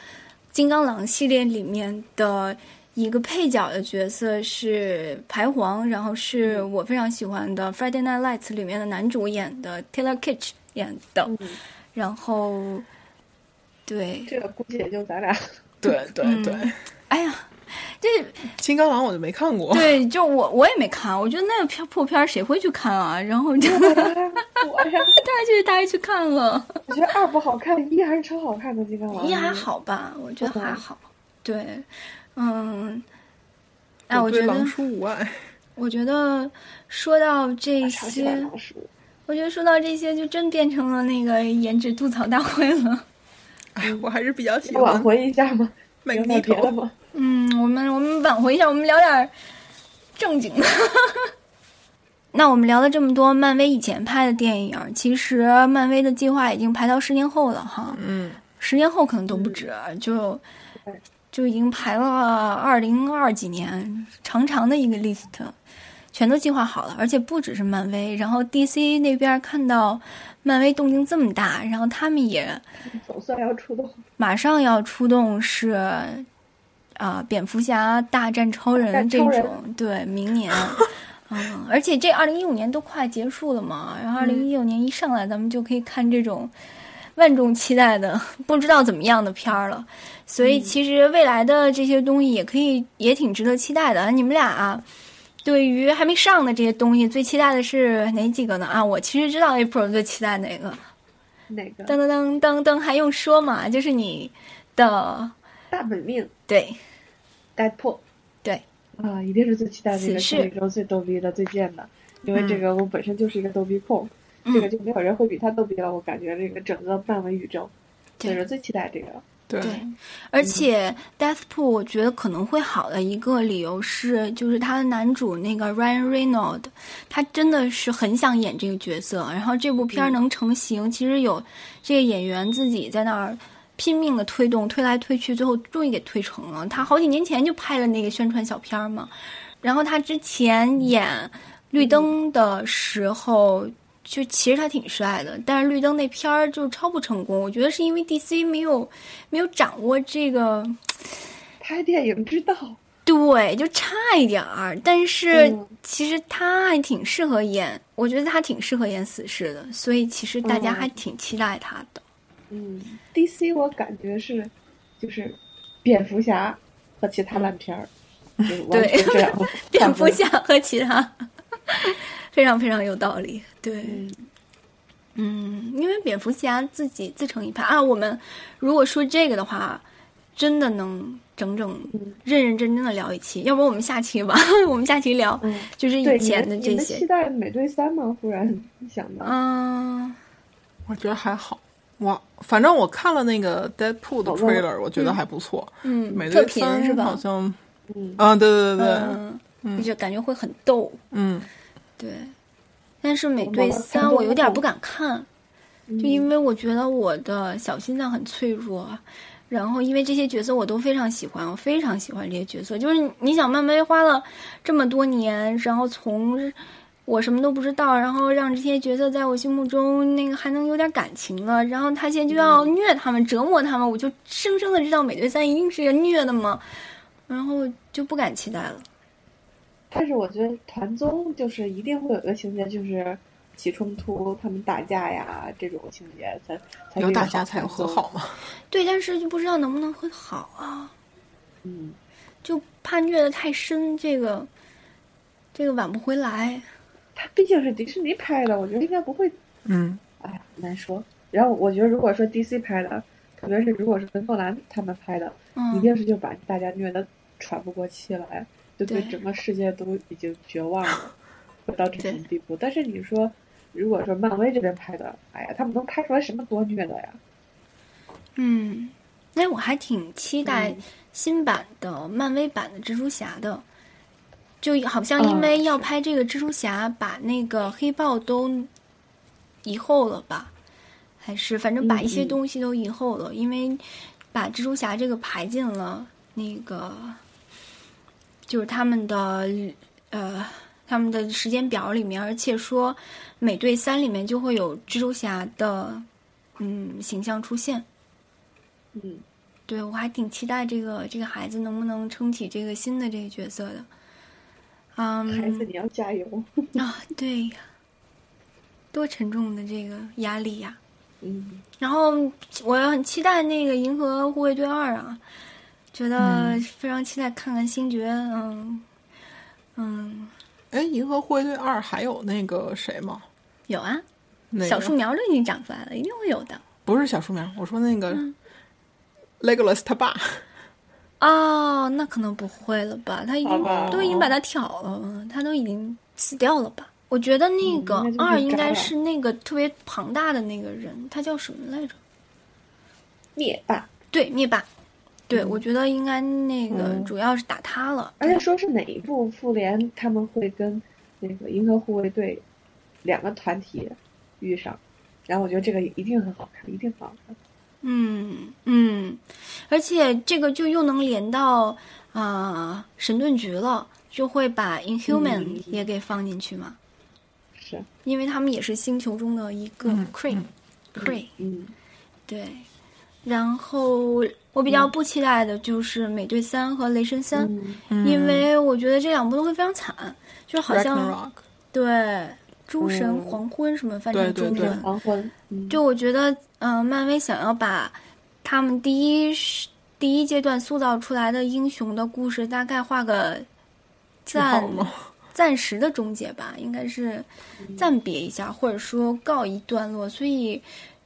Speaker 2: 金刚狼系列里面的一个配角的角色是排皇，然后是
Speaker 4: 嗯
Speaker 2: 我非常喜欢的《Friday Night Lights》里面的男主演的 Taylor Kitsch 演的，
Speaker 4: 嗯
Speaker 2: 然后对，
Speaker 4: 这个估计也就咱俩。
Speaker 3: 对对对，
Speaker 2: 哎呀，这。
Speaker 3: 金刚狼我就没看过，
Speaker 2: 对，就我我也没看，我觉得那个片破片儿谁会去看啊？然后就大家
Speaker 4: 我哎呀，
Speaker 2: 就 大家去看了，
Speaker 4: 我觉得二不好看，一还是超好看的金刚狼。
Speaker 2: 也还，好吧，我觉得还好。对，嗯，哎，
Speaker 3: 我
Speaker 2: 我
Speaker 3: 对
Speaker 2: 觉得
Speaker 3: 狼，叔无爱。
Speaker 2: 我觉得说到这
Speaker 4: 嗯长期版
Speaker 2: 些，
Speaker 4: 老鼠，
Speaker 2: 我觉得说到这些，就真变成了那个颜值吐槽大会了。嗯
Speaker 3: 哎，我还是比较喜
Speaker 4: 要挽
Speaker 3: 欢
Speaker 4: 回一下吗？
Speaker 3: 麦
Speaker 4: 有
Speaker 3: 克
Speaker 4: 点
Speaker 3: 尼
Speaker 4: 别的
Speaker 3: 头。
Speaker 4: 吗？
Speaker 2: 嗯，我们我们挽回一下，我们聊点儿正经的。 那我们聊了这么多漫威以前拍的电影，其实漫威的计划已经排到十年后了哈。
Speaker 3: 嗯，
Speaker 2: 十年后可能都不止，就就已经排了二零二几年，长长的一个 list，全都计划好了，而且不只是漫威，然后 DC 那边看到漫威动静这么大，然后他们也
Speaker 4: 总算要出动，
Speaker 2: 马上要出动是啊、蝙蝠侠大战超人
Speaker 4: 战
Speaker 2: 这
Speaker 4: 超人
Speaker 2: 种，对，明 年。嗯，而且这二零一五年都快结束了嘛，
Speaker 4: 嗯
Speaker 2: 然后二零一六年一上来，咱们就可以看这种万众期待的、不知道怎么样的片儿了。所
Speaker 4: 嗯
Speaker 2: 以其实未来的这些东西也可以，也挺值得期待的。你们俩、啊对于还没上的这些东西，最期待的是哪几个呢？啊，我其实知道 April 最期待哪个，
Speaker 4: 哪个
Speaker 2: 噔噔噔噔噔，还用说吗？就是你的
Speaker 4: 大本命
Speaker 2: 对
Speaker 4: 带破
Speaker 2: 对，
Speaker 4: 啊，一定是最期待这
Speaker 2: 死
Speaker 4: 个
Speaker 2: 侍
Speaker 4: 这宇宙最逗逼的、最贱的，因为这个我本身就是一个逗逼控，
Speaker 2: 嗯
Speaker 4: 这个就没有人会比他逗逼了。我感觉这个整个漫威宇宙，
Speaker 2: 对
Speaker 4: 所以说最期待这个了。
Speaker 3: 对
Speaker 2: 对，而且 Deathpool 我觉得可能会好的一个理由是，就是他的男主那个 Ryan Reynolds，他真的是很想演这个角色，然后这部片儿能成型，其实有这个演员自己在那儿。拼命的推动，推来推去，最后终于给推成了。他好几年前就拍了那个宣传小片儿嘛，然后他之前演《绿灯》的时候，就其实他挺帅的，但是绿灯那片儿就超不成功。我觉得是因为 DC 没有没有掌握这个，
Speaker 4: 拍电影之道。
Speaker 2: 对，就差一点儿。但是
Speaker 4: 嗯
Speaker 2: 其实他还挺适合演，我觉得他挺适合演死侍的，所以其实大家
Speaker 4: 嗯
Speaker 2: 还挺期待他的。。
Speaker 4: 嗯，DC 我感觉是，就是蝙蝠侠和其他烂片儿，就是完全这 样
Speaker 2: 嗯 蝙蝠侠和其他 非常非常有道理。对，
Speaker 4: 嗯
Speaker 2: 嗯，因为蝙蝠侠自己自成一派啊。我们如果说这个的话，真的能整整
Speaker 4: 嗯
Speaker 2: 认认真真的聊一期，要不然我们下期吧， 我们下期聊、
Speaker 4: 嗯
Speaker 2: 就是
Speaker 4: 对
Speaker 2: 以
Speaker 4: 你
Speaker 2: 前
Speaker 4: 们
Speaker 2: 的
Speaker 4: 你
Speaker 2: 这
Speaker 4: 们期
Speaker 2: 些。
Speaker 4: 待美队三吗？忽然想到，
Speaker 2: 嗯，
Speaker 3: 我觉得还好。我反正我看了那个 Deadpool 的
Speaker 4: 我问
Speaker 3: trailer，我觉得还不错。
Speaker 2: 嗯
Speaker 3: 美
Speaker 2: 测
Speaker 3: 队
Speaker 2: 评
Speaker 3: 三
Speaker 2: 是吧
Speaker 3: 好像，
Speaker 4: 嗯
Speaker 3: 啊，对对对对，
Speaker 2: 嗯，就感觉会很逗，
Speaker 3: 嗯，
Speaker 2: 对。但是美
Speaker 4: 我
Speaker 2: 队
Speaker 4: 们
Speaker 2: 三
Speaker 4: 看
Speaker 2: 我有
Speaker 4: 过
Speaker 2: 点
Speaker 4: 后
Speaker 2: 不敢看，就
Speaker 4: 嗯
Speaker 2: 因为我觉得我的小心脏很脆弱，然后因为这些角色我都非常喜欢，我非常喜欢这些角色。就是你想，漫威花了这么多年，然后从我什么都不知道，然后让这些角色在我心目中那个还能有点感情了，然后他现在就要
Speaker 4: 嗯
Speaker 2: 虐他们、折磨他们，我就生生的知道美队三一定是个虐的嘛，然后就不敢期待了。
Speaker 4: 但是我觉得团综就是一定会有一个情节，就是起冲突，他们打架呀这种情节才才
Speaker 3: 有
Speaker 4: 会
Speaker 3: 打
Speaker 4: 好
Speaker 3: 架才有
Speaker 4: 团
Speaker 3: 和
Speaker 4: 综
Speaker 3: 好。嘛。
Speaker 2: 对，但是就不知道能不能会好啊。
Speaker 4: 嗯，
Speaker 2: 就怕虐的太深，这个这个挽不回来。
Speaker 4: 它毕竟是迪士尼拍的，我觉得应该不会，
Speaker 3: 嗯，
Speaker 4: 哎呀，难说。然后我觉得如果说 DC 拍的，特别是如果是诺兰他们拍的，一
Speaker 2: 嗯，
Speaker 4: 定是就把大家虐得喘不过气来，就对
Speaker 2: 对
Speaker 4: 整个世界都已经绝望了，会到这
Speaker 2: 对
Speaker 4: 种地步。但是你说，如果说漫威这边拍的，哎呀，他们能拍出来什么多虐的呀？
Speaker 2: 嗯，那我还挺期待
Speaker 4: 嗯
Speaker 2: 新版的漫威版的蜘蛛侠的，就好像因为
Speaker 4: 嗯
Speaker 2: 要拍这个蜘蛛侠，把那个黑豹都移后了吧？还是反正把一些
Speaker 4: 嗯嗯
Speaker 2: 东西都移后了，因为把蜘蛛侠这个排进了那个就是他们的呃他们的时间表里面，而且说美队三里面就会有蜘蛛侠的嗯形象出现。
Speaker 4: 嗯，
Speaker 2: 对我还挺期待这个这个孩子能不能撑起这个新的这个角色的。
Speaker 4: 孩子，
Speaker 2: 嗯
Speaker 4: 你要加油。
Speaker 2: 啊，对呀，多沉重的这个压力呀、
Speaker 4: 嗯，
Speaker 2: 然后我也很期待那个《银河护卫队二》啊，觉得非常期待看看星爵，嗯嗯，
Speaker 3: 哎，银河护卫队二还有那个谁吗？
Speaker 2: 有啊，
Speaker 3: 那个
Speaker 2: 小树苗都已经长出来了，一定会有的
Speaker 3: 不是小树苗，我说那个
Speaker 2: 嗯
Speaker 3: Legolas 他爸。
Speaker 2: 哦，那可能不会了吧？他已
Speaker 4: 好
Speaker 2: 经
Speaker 4: 吧
Speaker 2: 都已经把它挑了，嗯他都已经死掉了吧？我觉得那个
Speaker 4: 嗯那就是
Speaker 2: 二应
Speaker 4: 渣
Speaker 2: 该
Speaker 4: 了
Speaker 2: 是那个特别庞大的那个人，他叫什么来着？
Speaker 4: 灭霸。
Speaker 2: 对，灭霸。对，我觉得应该那个
Speaker 4: 嗯
Speaker 2: 主要是打他了。
Speaker 4: 而且说是哪一部复联他们会跟那个银河护卫队两个团体遇上，然后我觉得这个一定很好看，一定很好看。
Speaker 2: 嗯嗯，而且这个就又能连到啊、呃神盾局了，就会把 Inhuman
Speaker 4: 嗯
Speaker 2: 也给放进去嘛，
Speaker 4: 是，
Speaker 2: 因为他们也是星球中的一个
Speaker 3: 嗯
Speaker 2: Kree、Kree
Speaker 4: 嗯，
Speaker 2: 对。然后我比较
Speaker 3: 嗯
Speaker 2: 不期待的就是《美队三》和《雷神三》因为我觉得这两部都会非常惨，就是好像
Speaker 3: 嗯 Ragnarok，
Speaker 2: 对诸神
Speaker 4: 嗯
Speaker 2: 黄昏什么，反
Speaker 3: 对
Speaker 2: 正
Speaker 3: 对
Speaker 2: 中
Speaker 3: 对
Speaker 2: 文
Speaker 4: 黄昏，嗯，
Speaker 2: 就我觉得，嗯、漫威想要把他们第一时第一阶段塑造出来的英雄的故事，大概画个
Speaker 3: 是好
Speaker 2: 暂
Speaker 3: 吗？
Speaker 2: 暂时的终结吧，应该是暂别一下，或者说告一段落，所以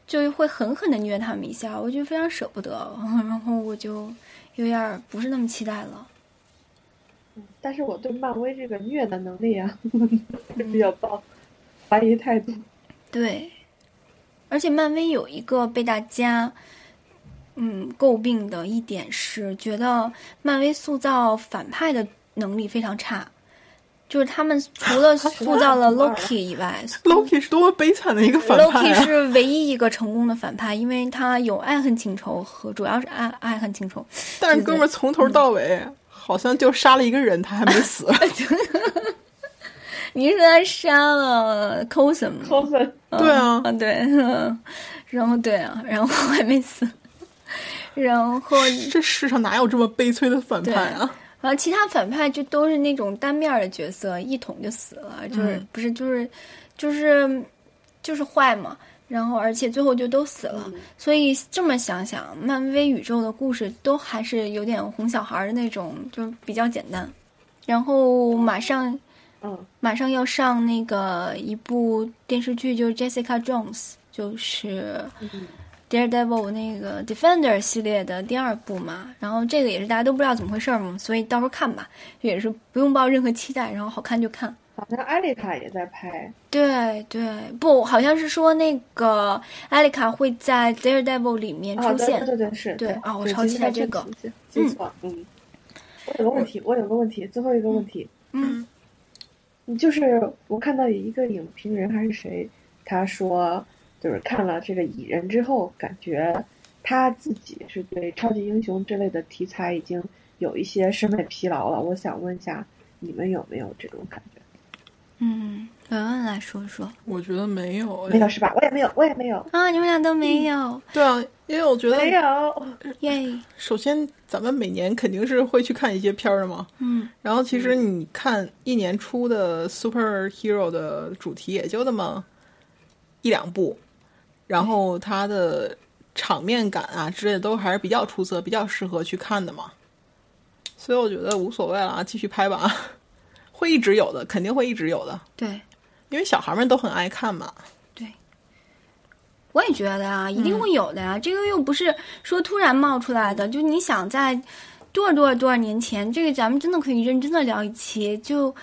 Speaker 2: 就会狠狠的虐他们一下，我就非常舍不得， 然后我就有点儿不是那么期待了。
Speaker 4: 但是我对漫威这个虐的能力啊， 是比较抱怀疑态度。
Speaker 2: 对，而且漫威有一个被大家嗯诟病的一点是，觉得漫威塑造反派的能力非常差，就是他们除 了塑造了 Loki 以外
Speaker 3: Loki 是多么悲惨的一个啊反派、
Speaker 2: Loki
Speaker 3: 啊！
Speaker 2: 是唯一一个成功的反派，因为他有爱恨情仇和主要是爱爱恨情仇。
Speaker 3: 但是哥们
Speaker 2: 嗯
Speaker 3: 儿 从头到尾好像就杀了一个人，他还没死。
Speaker 2: 你是他杀了 Cosm，
Speaker 4: 扣分。
Speaker 3: 对啊，
Speaker 2: 啊对， 嗯然后对啊，然后还没死， 然后
Speaker 3: 这世上哪有这么悲催的反派啊？
Speaker 2: 然后其他反派就都是那种单面儿的角色，一捅就死了，就是、
Speaker 3: 嗯
Speaker 2: 不是就是就是就是坏嘛。然后而且最后就都死了，
Speaker 3: 嗯
Speaker 2: 所以这么想想，漫威宇宙的故事都还是有点哄小孩儿的那种，就比较简单。然后马上
Speaker 4: 嗯，
Speaker 2: 马上要上那个一部电视剧，就是 Jessica Jones，就是 Daredevil 那个 Defender 系列的第二部嘛。然后这个也是大家都不知道怎么回事儿嘛，所以到时候看吧，也是不用抱任何期待，然后好看就看。
Speaker 4: 好像艾丽塔也在拍，
Speaker 2: 对对，不，好像是说那个艾丽卡会在 Daredevil 里面
Speaker 4: 啊，
Speaker 2: 出
Speaker 4: 对
Speaker 2: 现。
Speaker 4: 对对对是，
Speaker 2: 对啊我
Speaker 4: 对
Speaker 2: 超
Speaker 4: 记
Speaker 2: 期
Speaker 4: 错
Speaker 2: 待
Speaker 4: 了
Speaker 2: 这个，
Speaker 4: 记记错了，嗯。我有个问题，我有个问题，最后一个问题，
Speaker 2: 嗯
Speaker 4: 你就是我看到一个影评人还是谁，他说就是看了这个蚁人之后，感觉他自己是对超级英雄这类的题材已经有一些审美疲劳了。我想问一下，你们有没有这种感觉？
Speaker 2: 嗯，文文来说说
Speaker 3: 我觉得没有哎，
Speaker 4: 没有是吧？我也没有，我也没有，
Speaker 2: 啊，你们俩都没有，
Speaker 3: 对啊，因为我觉得
Speaker 4: 没有。
Speaker 2: 耶，
Speaker 3: 首先，咱们每年肯定是会去看一些片儿的嘛。
Speaker 2: 嗯
Speaker 3: 然后，其实你看一年出的 superhero 的主题也就那么一两部，然后它的场面感啊之类的都还是比较出色，比较适合去看的嘛。所以我觉得无所谓了啊，继续拍吧， 会一直有的，肯定会一直有的，
Speaker 2: 对。
Speaker 3: 因为小孩们都很爱看嘛。
Speaker 2: 我也觉得啊，一定会有的呀、这个又不是说突然冒出来的，就你想在多少多少多少年前，这个咱们真的可以认真的聊一期。就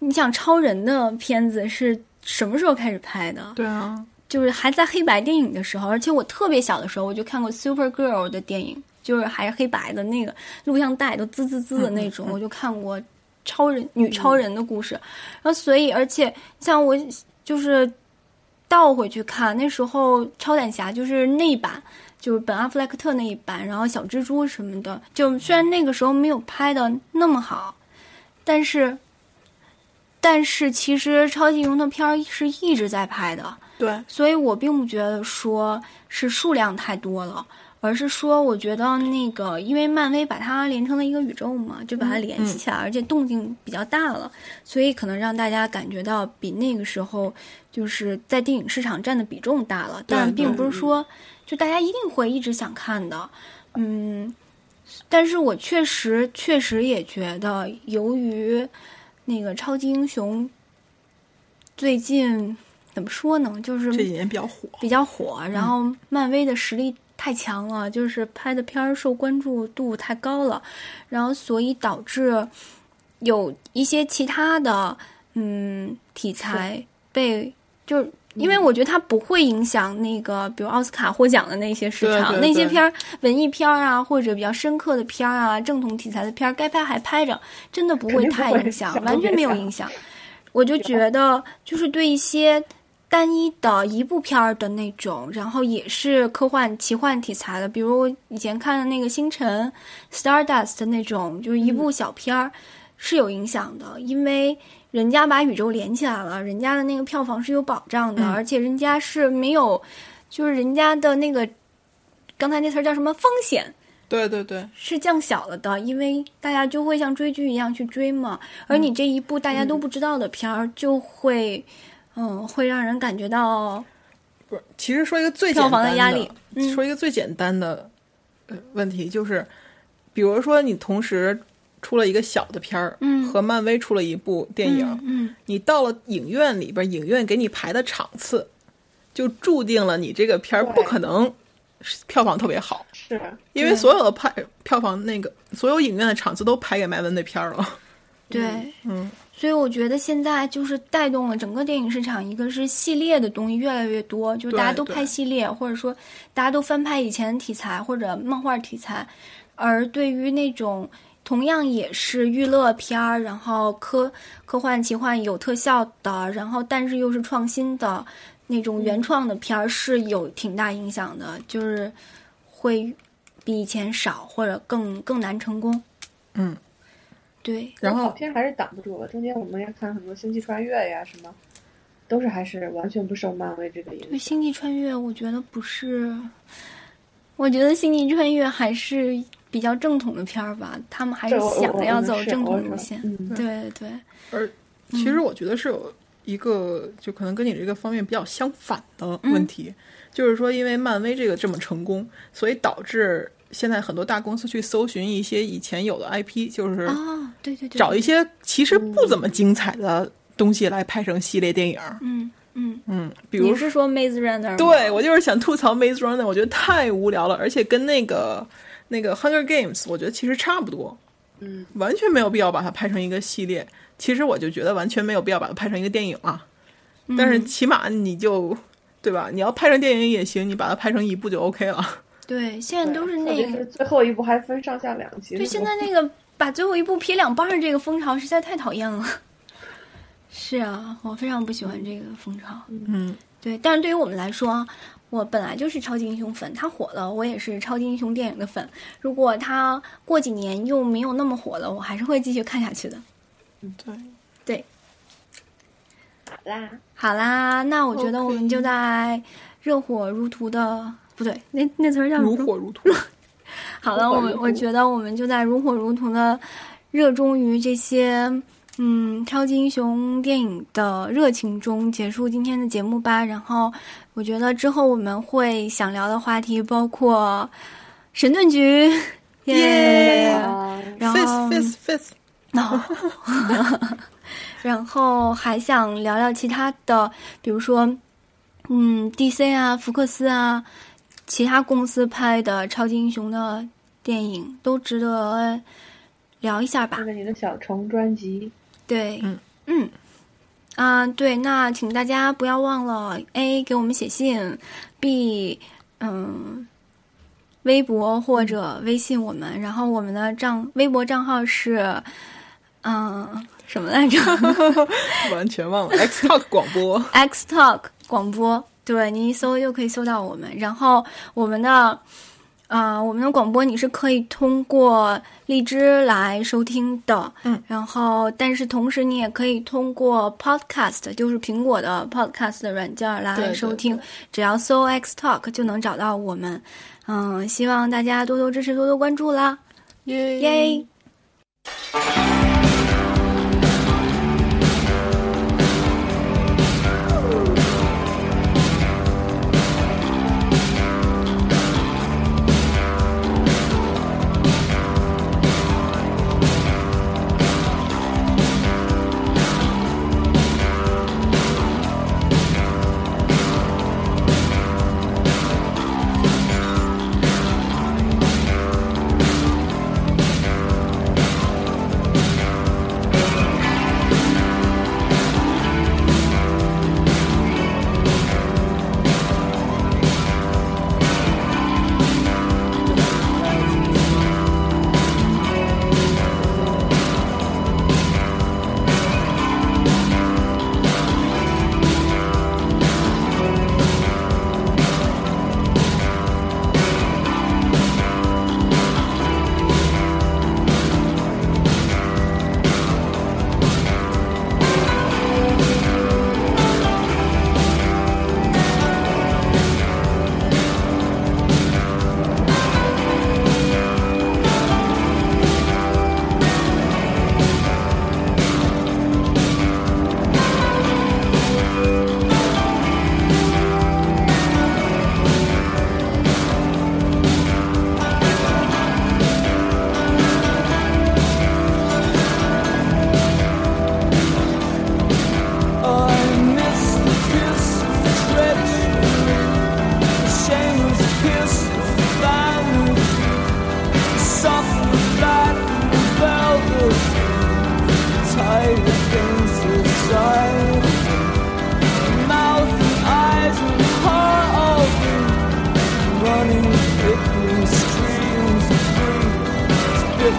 Speaker 2: 你想超人的片子是什么时候开始拍的？
Speaker 3: 对啊，
Speaker 2: 就是还在黑白电影的时候，而且我特别小的时候我就看过 Super Girl 的电影，就是还是黑白的那个录像带都滋滋滋的那种，我就看过超人女超人的故事，然后所以而且像我就是倒回去看，那时候超胆侠就是那一版。就是本阿弗莱克特那一版，然后小蜘蛛什么的，就虽然那个时候没有拍的那么好，但是，但是其实超级英雄的片儿是一直在拍的，
Speaker 3: 对，
Speaker 2: 所以我并不觉得说是数量太多了，而是说我觉得那个，因为漫威把它连成了一个宇宙嘛，就把
Speaker 3: 嗯
Speaker 2: 它联系起来，而且动静比较大了，所以可能让大家感觉到比那个时候就是在电影市场占的比重大了，
Speaker 3: 对
Speaker 2: 但
Speaker 3: 对嗯
Speaker 2: 并不是说就大家一定会一直想看的，嗯，但是我确实确实也觉得，由于那个超级英雄最近怎么说呢，就是
Speaker 3: 这几年比较火。
Speaker 2: 比较火，然后漫威的实力太强了，就是拍的片儿受关注度太高了，然后所以导致有一些其他的嗯题材被就是。因
Speaker 3: 嗯
Speaker 2: 为我觉得它不会影响那个，比如奥斯卡获奖的那些市场，
Speaker 3: 对对
Speaker 2: 那些
Speaker 3: 对
Speaker 2: 片儿、文艺片儿啊，或者比较深刻的片儿啊，正统题材的片儿，该拍还拍着，真的不会
Speaker 4: 肯定不
Speaker 2: 太
Speaker 4: 会
Speaker 2: 影响
Speaker 4: 想，都
Speaker 2: 完全
Speaker 4: 别
Speaker 2: 没有
Speaker 4: 想
Speaker 2: 影响。我就觉得，就是对一些单一的一部片儿的那种，然后也是科幻、奇幻题材的，比如我以前看的那个《星辰》（Stardust） 的那种，就是
Speaker 4: 嗯
Speaker 2: 一部小片儿，是有影响的，因为人家把宇宙连起来了，人家的那个票房是有保障
Speaker 4: 嗯
Speaker 2: 的，而且人家是没有，就是人家的那个刚才那词儿叫什么风险，
Speaker 3: 对对对，
Speaker 2: 是降小了的，因为大家就会像追剧一样去追嘛。而你这一部大家都不知道的片儿，就会，嗯会让人感觉到，
Speaker 3: 不是，其实说一个最
Speaker 2: 票
Speaker 3: 简
Speaker 2: 房的
Speaker 3: 单的
Speaker 2: 压力嗯
Speaker 3: 说一个最简单的呃问题，就是比如说你同时出了一个小的片儿，
Speaker 2: 嗯
Speaker 3: 和漫威出了一部电影，
Speaker 2: 嗯
Speaker 3: 你到了影院里边，影院给你排的场次，就注定了你这个片儿
Speaker 4: 对
Speaker 3: 不可能票房特别好，
Speaker 4: 是，
Speaker 3: 因为所有的排票房那个所有影院的场次都排给麦文那片儿了。
Speaker 2: 对，
Speaker 3: 嗯，
Speaker 2: 所以我觉得现在就是带动了整个电影市场，一个是系列的东西越来越多，就是大家
Speaker 3: 对
Speaker 2: 都
Speaker 3: 对
Speaker 2: 拍系列，或者说大家都翻拍以前的题材或者漫画题材，而对于那种同样也是娱乐片儿，然后科科幻、奇幻有特效的，然后但是又是创新的那种原创的片儿，是有挺大影响的，就是会比以前少或者更更难成功。
Speaker 3: 嗯，
Speaker 2: 对，
Speaker 3: 然
Speaker 4: 跑
Speaker 3: 后
Speaker 4: 偏还是挡不住了。中间我们也看很多《星际穿越》呀什么，都是还是完全不受漫威这个
Speaker 2: 对
Speaker 4: 影
Speaker 2: 《
Speaker 4: 响。
Speaker 2: 星际穿越》，我觉得不是，我觉得《星际穿越》还是比较正统的片儿吧，他们还是
Speaker 4: 对我我
Speaker 2: 想着要
Speaker 4: 我
Speaker 2: 走
Speaker 4: 是
Speaker 2: 正
Speaker 4: 我
Speaker 2: 统
Speaker 4: 是
Speaker 2: 路线。
Speaker 4: 嗯
Speaker 2: 对对对，
Speaker 3: 而其实我觉得是有一个，就可能跟你这个方面比较相反的
Speaker 2: 嗯
Speaker 3: 问题，就是说，因为漫威这个这么成功，所以导致现在很多大公司去搜寻一些以前有的 IP，就是
Speaker 2: 哦，对对对，
Speaker 3: 找一些其实不怎么精彩的东西来拍成系列电影。
Speaker 2: 嗯嗯，
Speaker 3: 嗯，比
Speaker 2: 你
Speaker 3: 如
Speaker 2: 是说《Maze Runner》？
Speaker 3: 对，我就是想吐槽《Maze Runner》，我觉得太无聊了，而且跟那个那个《Hunger Games》，我觉得其实差不多，
Speaker 4: 嗯，
Speaker 3: 完全没有必要把它拍成一个系列。其实我就觉得完全没有必要把它拍成一个电影啊，但是起码你就对吧？你要拍成电影也行，你把它拍成一部就 OK 了。
Speaker 2: 对，现在都是
Speaker 4: 特
Speaker 2: 那
Speaker 4: 别
Speaker 2: 个
Speaker 4: 是，最后一部还分上下两集。
Speaker 2: 对，现在那个把最后一部撇两半儿这个风潮实在太讨 厌了。是啊，我非常不喜欢这个风潮。
Speaker 3: 嗯，
Speaker 2: 对，但是对于我们来说，我本来就是超级英雄粉，他火了，我也是超级英雄电影的粉。如果他过几年又没有那么火了，我还是会继续看下去的。
Speaker 3: 对，
Speaker 2: 对，
Speaker 4: 啦，
Speaker 2: 好啦，那我觉得我们就在热火如荼的，不对，那那词儿叫什么
Speaker 3: 如火如荼。
Speaker 2: 好了，
Speaker 4: 如火
Speaker 2: 我
Speaker 4: 如
Speaker 2: 们
Speaker 4: 荼
Speaker 2: 我觉得我们就在如火如荼的热衷于这些嗯超级英雄电影的热情中结束今天的节目吧。然后我觉得之后我们会想聊的话题包括神盾局，耶
Speaker 4: 啊，
Speaker 2: 然
Speaker 3: f i
Speaker 2: 后
Speaker 3: s f i s f i s
Speaker 2: 哦然后还想聊聊其他的，比如说嗯 DC 啊、福克斯啊，其他公司拍的超级英雄的电影都值得聊一下吧
Speaker 4: 这。个你的小虫专辑，
Speaker 2: 对，
Speaker 3: 嗯
Speaker 2: 嗯啊，对，那请大家不要忘了 A 给我们写信，B 嗯。微博或者微信我们，然后我们的账微博账号是，嗯，什么来着
Speaker 3: 完全忘了 X Talk 广播。
Speaker 2: ？X Talk 广播，对，你一搜就可以搜到我们。然后我们的，呃，我们的广播你是可以通过荔枝来收听的，
Speaker 3: 嗯，
Speaker 2: 然后但是同时你也可以通过 Podcast，就是苹果的 Podcast 的软件
Speaker 3: 对
Speaker 2: 来
Speaker 3: 对
Speaker 2: 收听，只要搜 X Talk 就能找到我们。嗯，希望大家多多支持，多多关注啦，
Speaker 3: 耶
Speaker 2: 耶！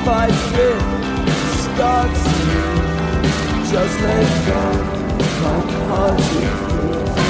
Speaker 10: By bit, starts to just let go, my heart is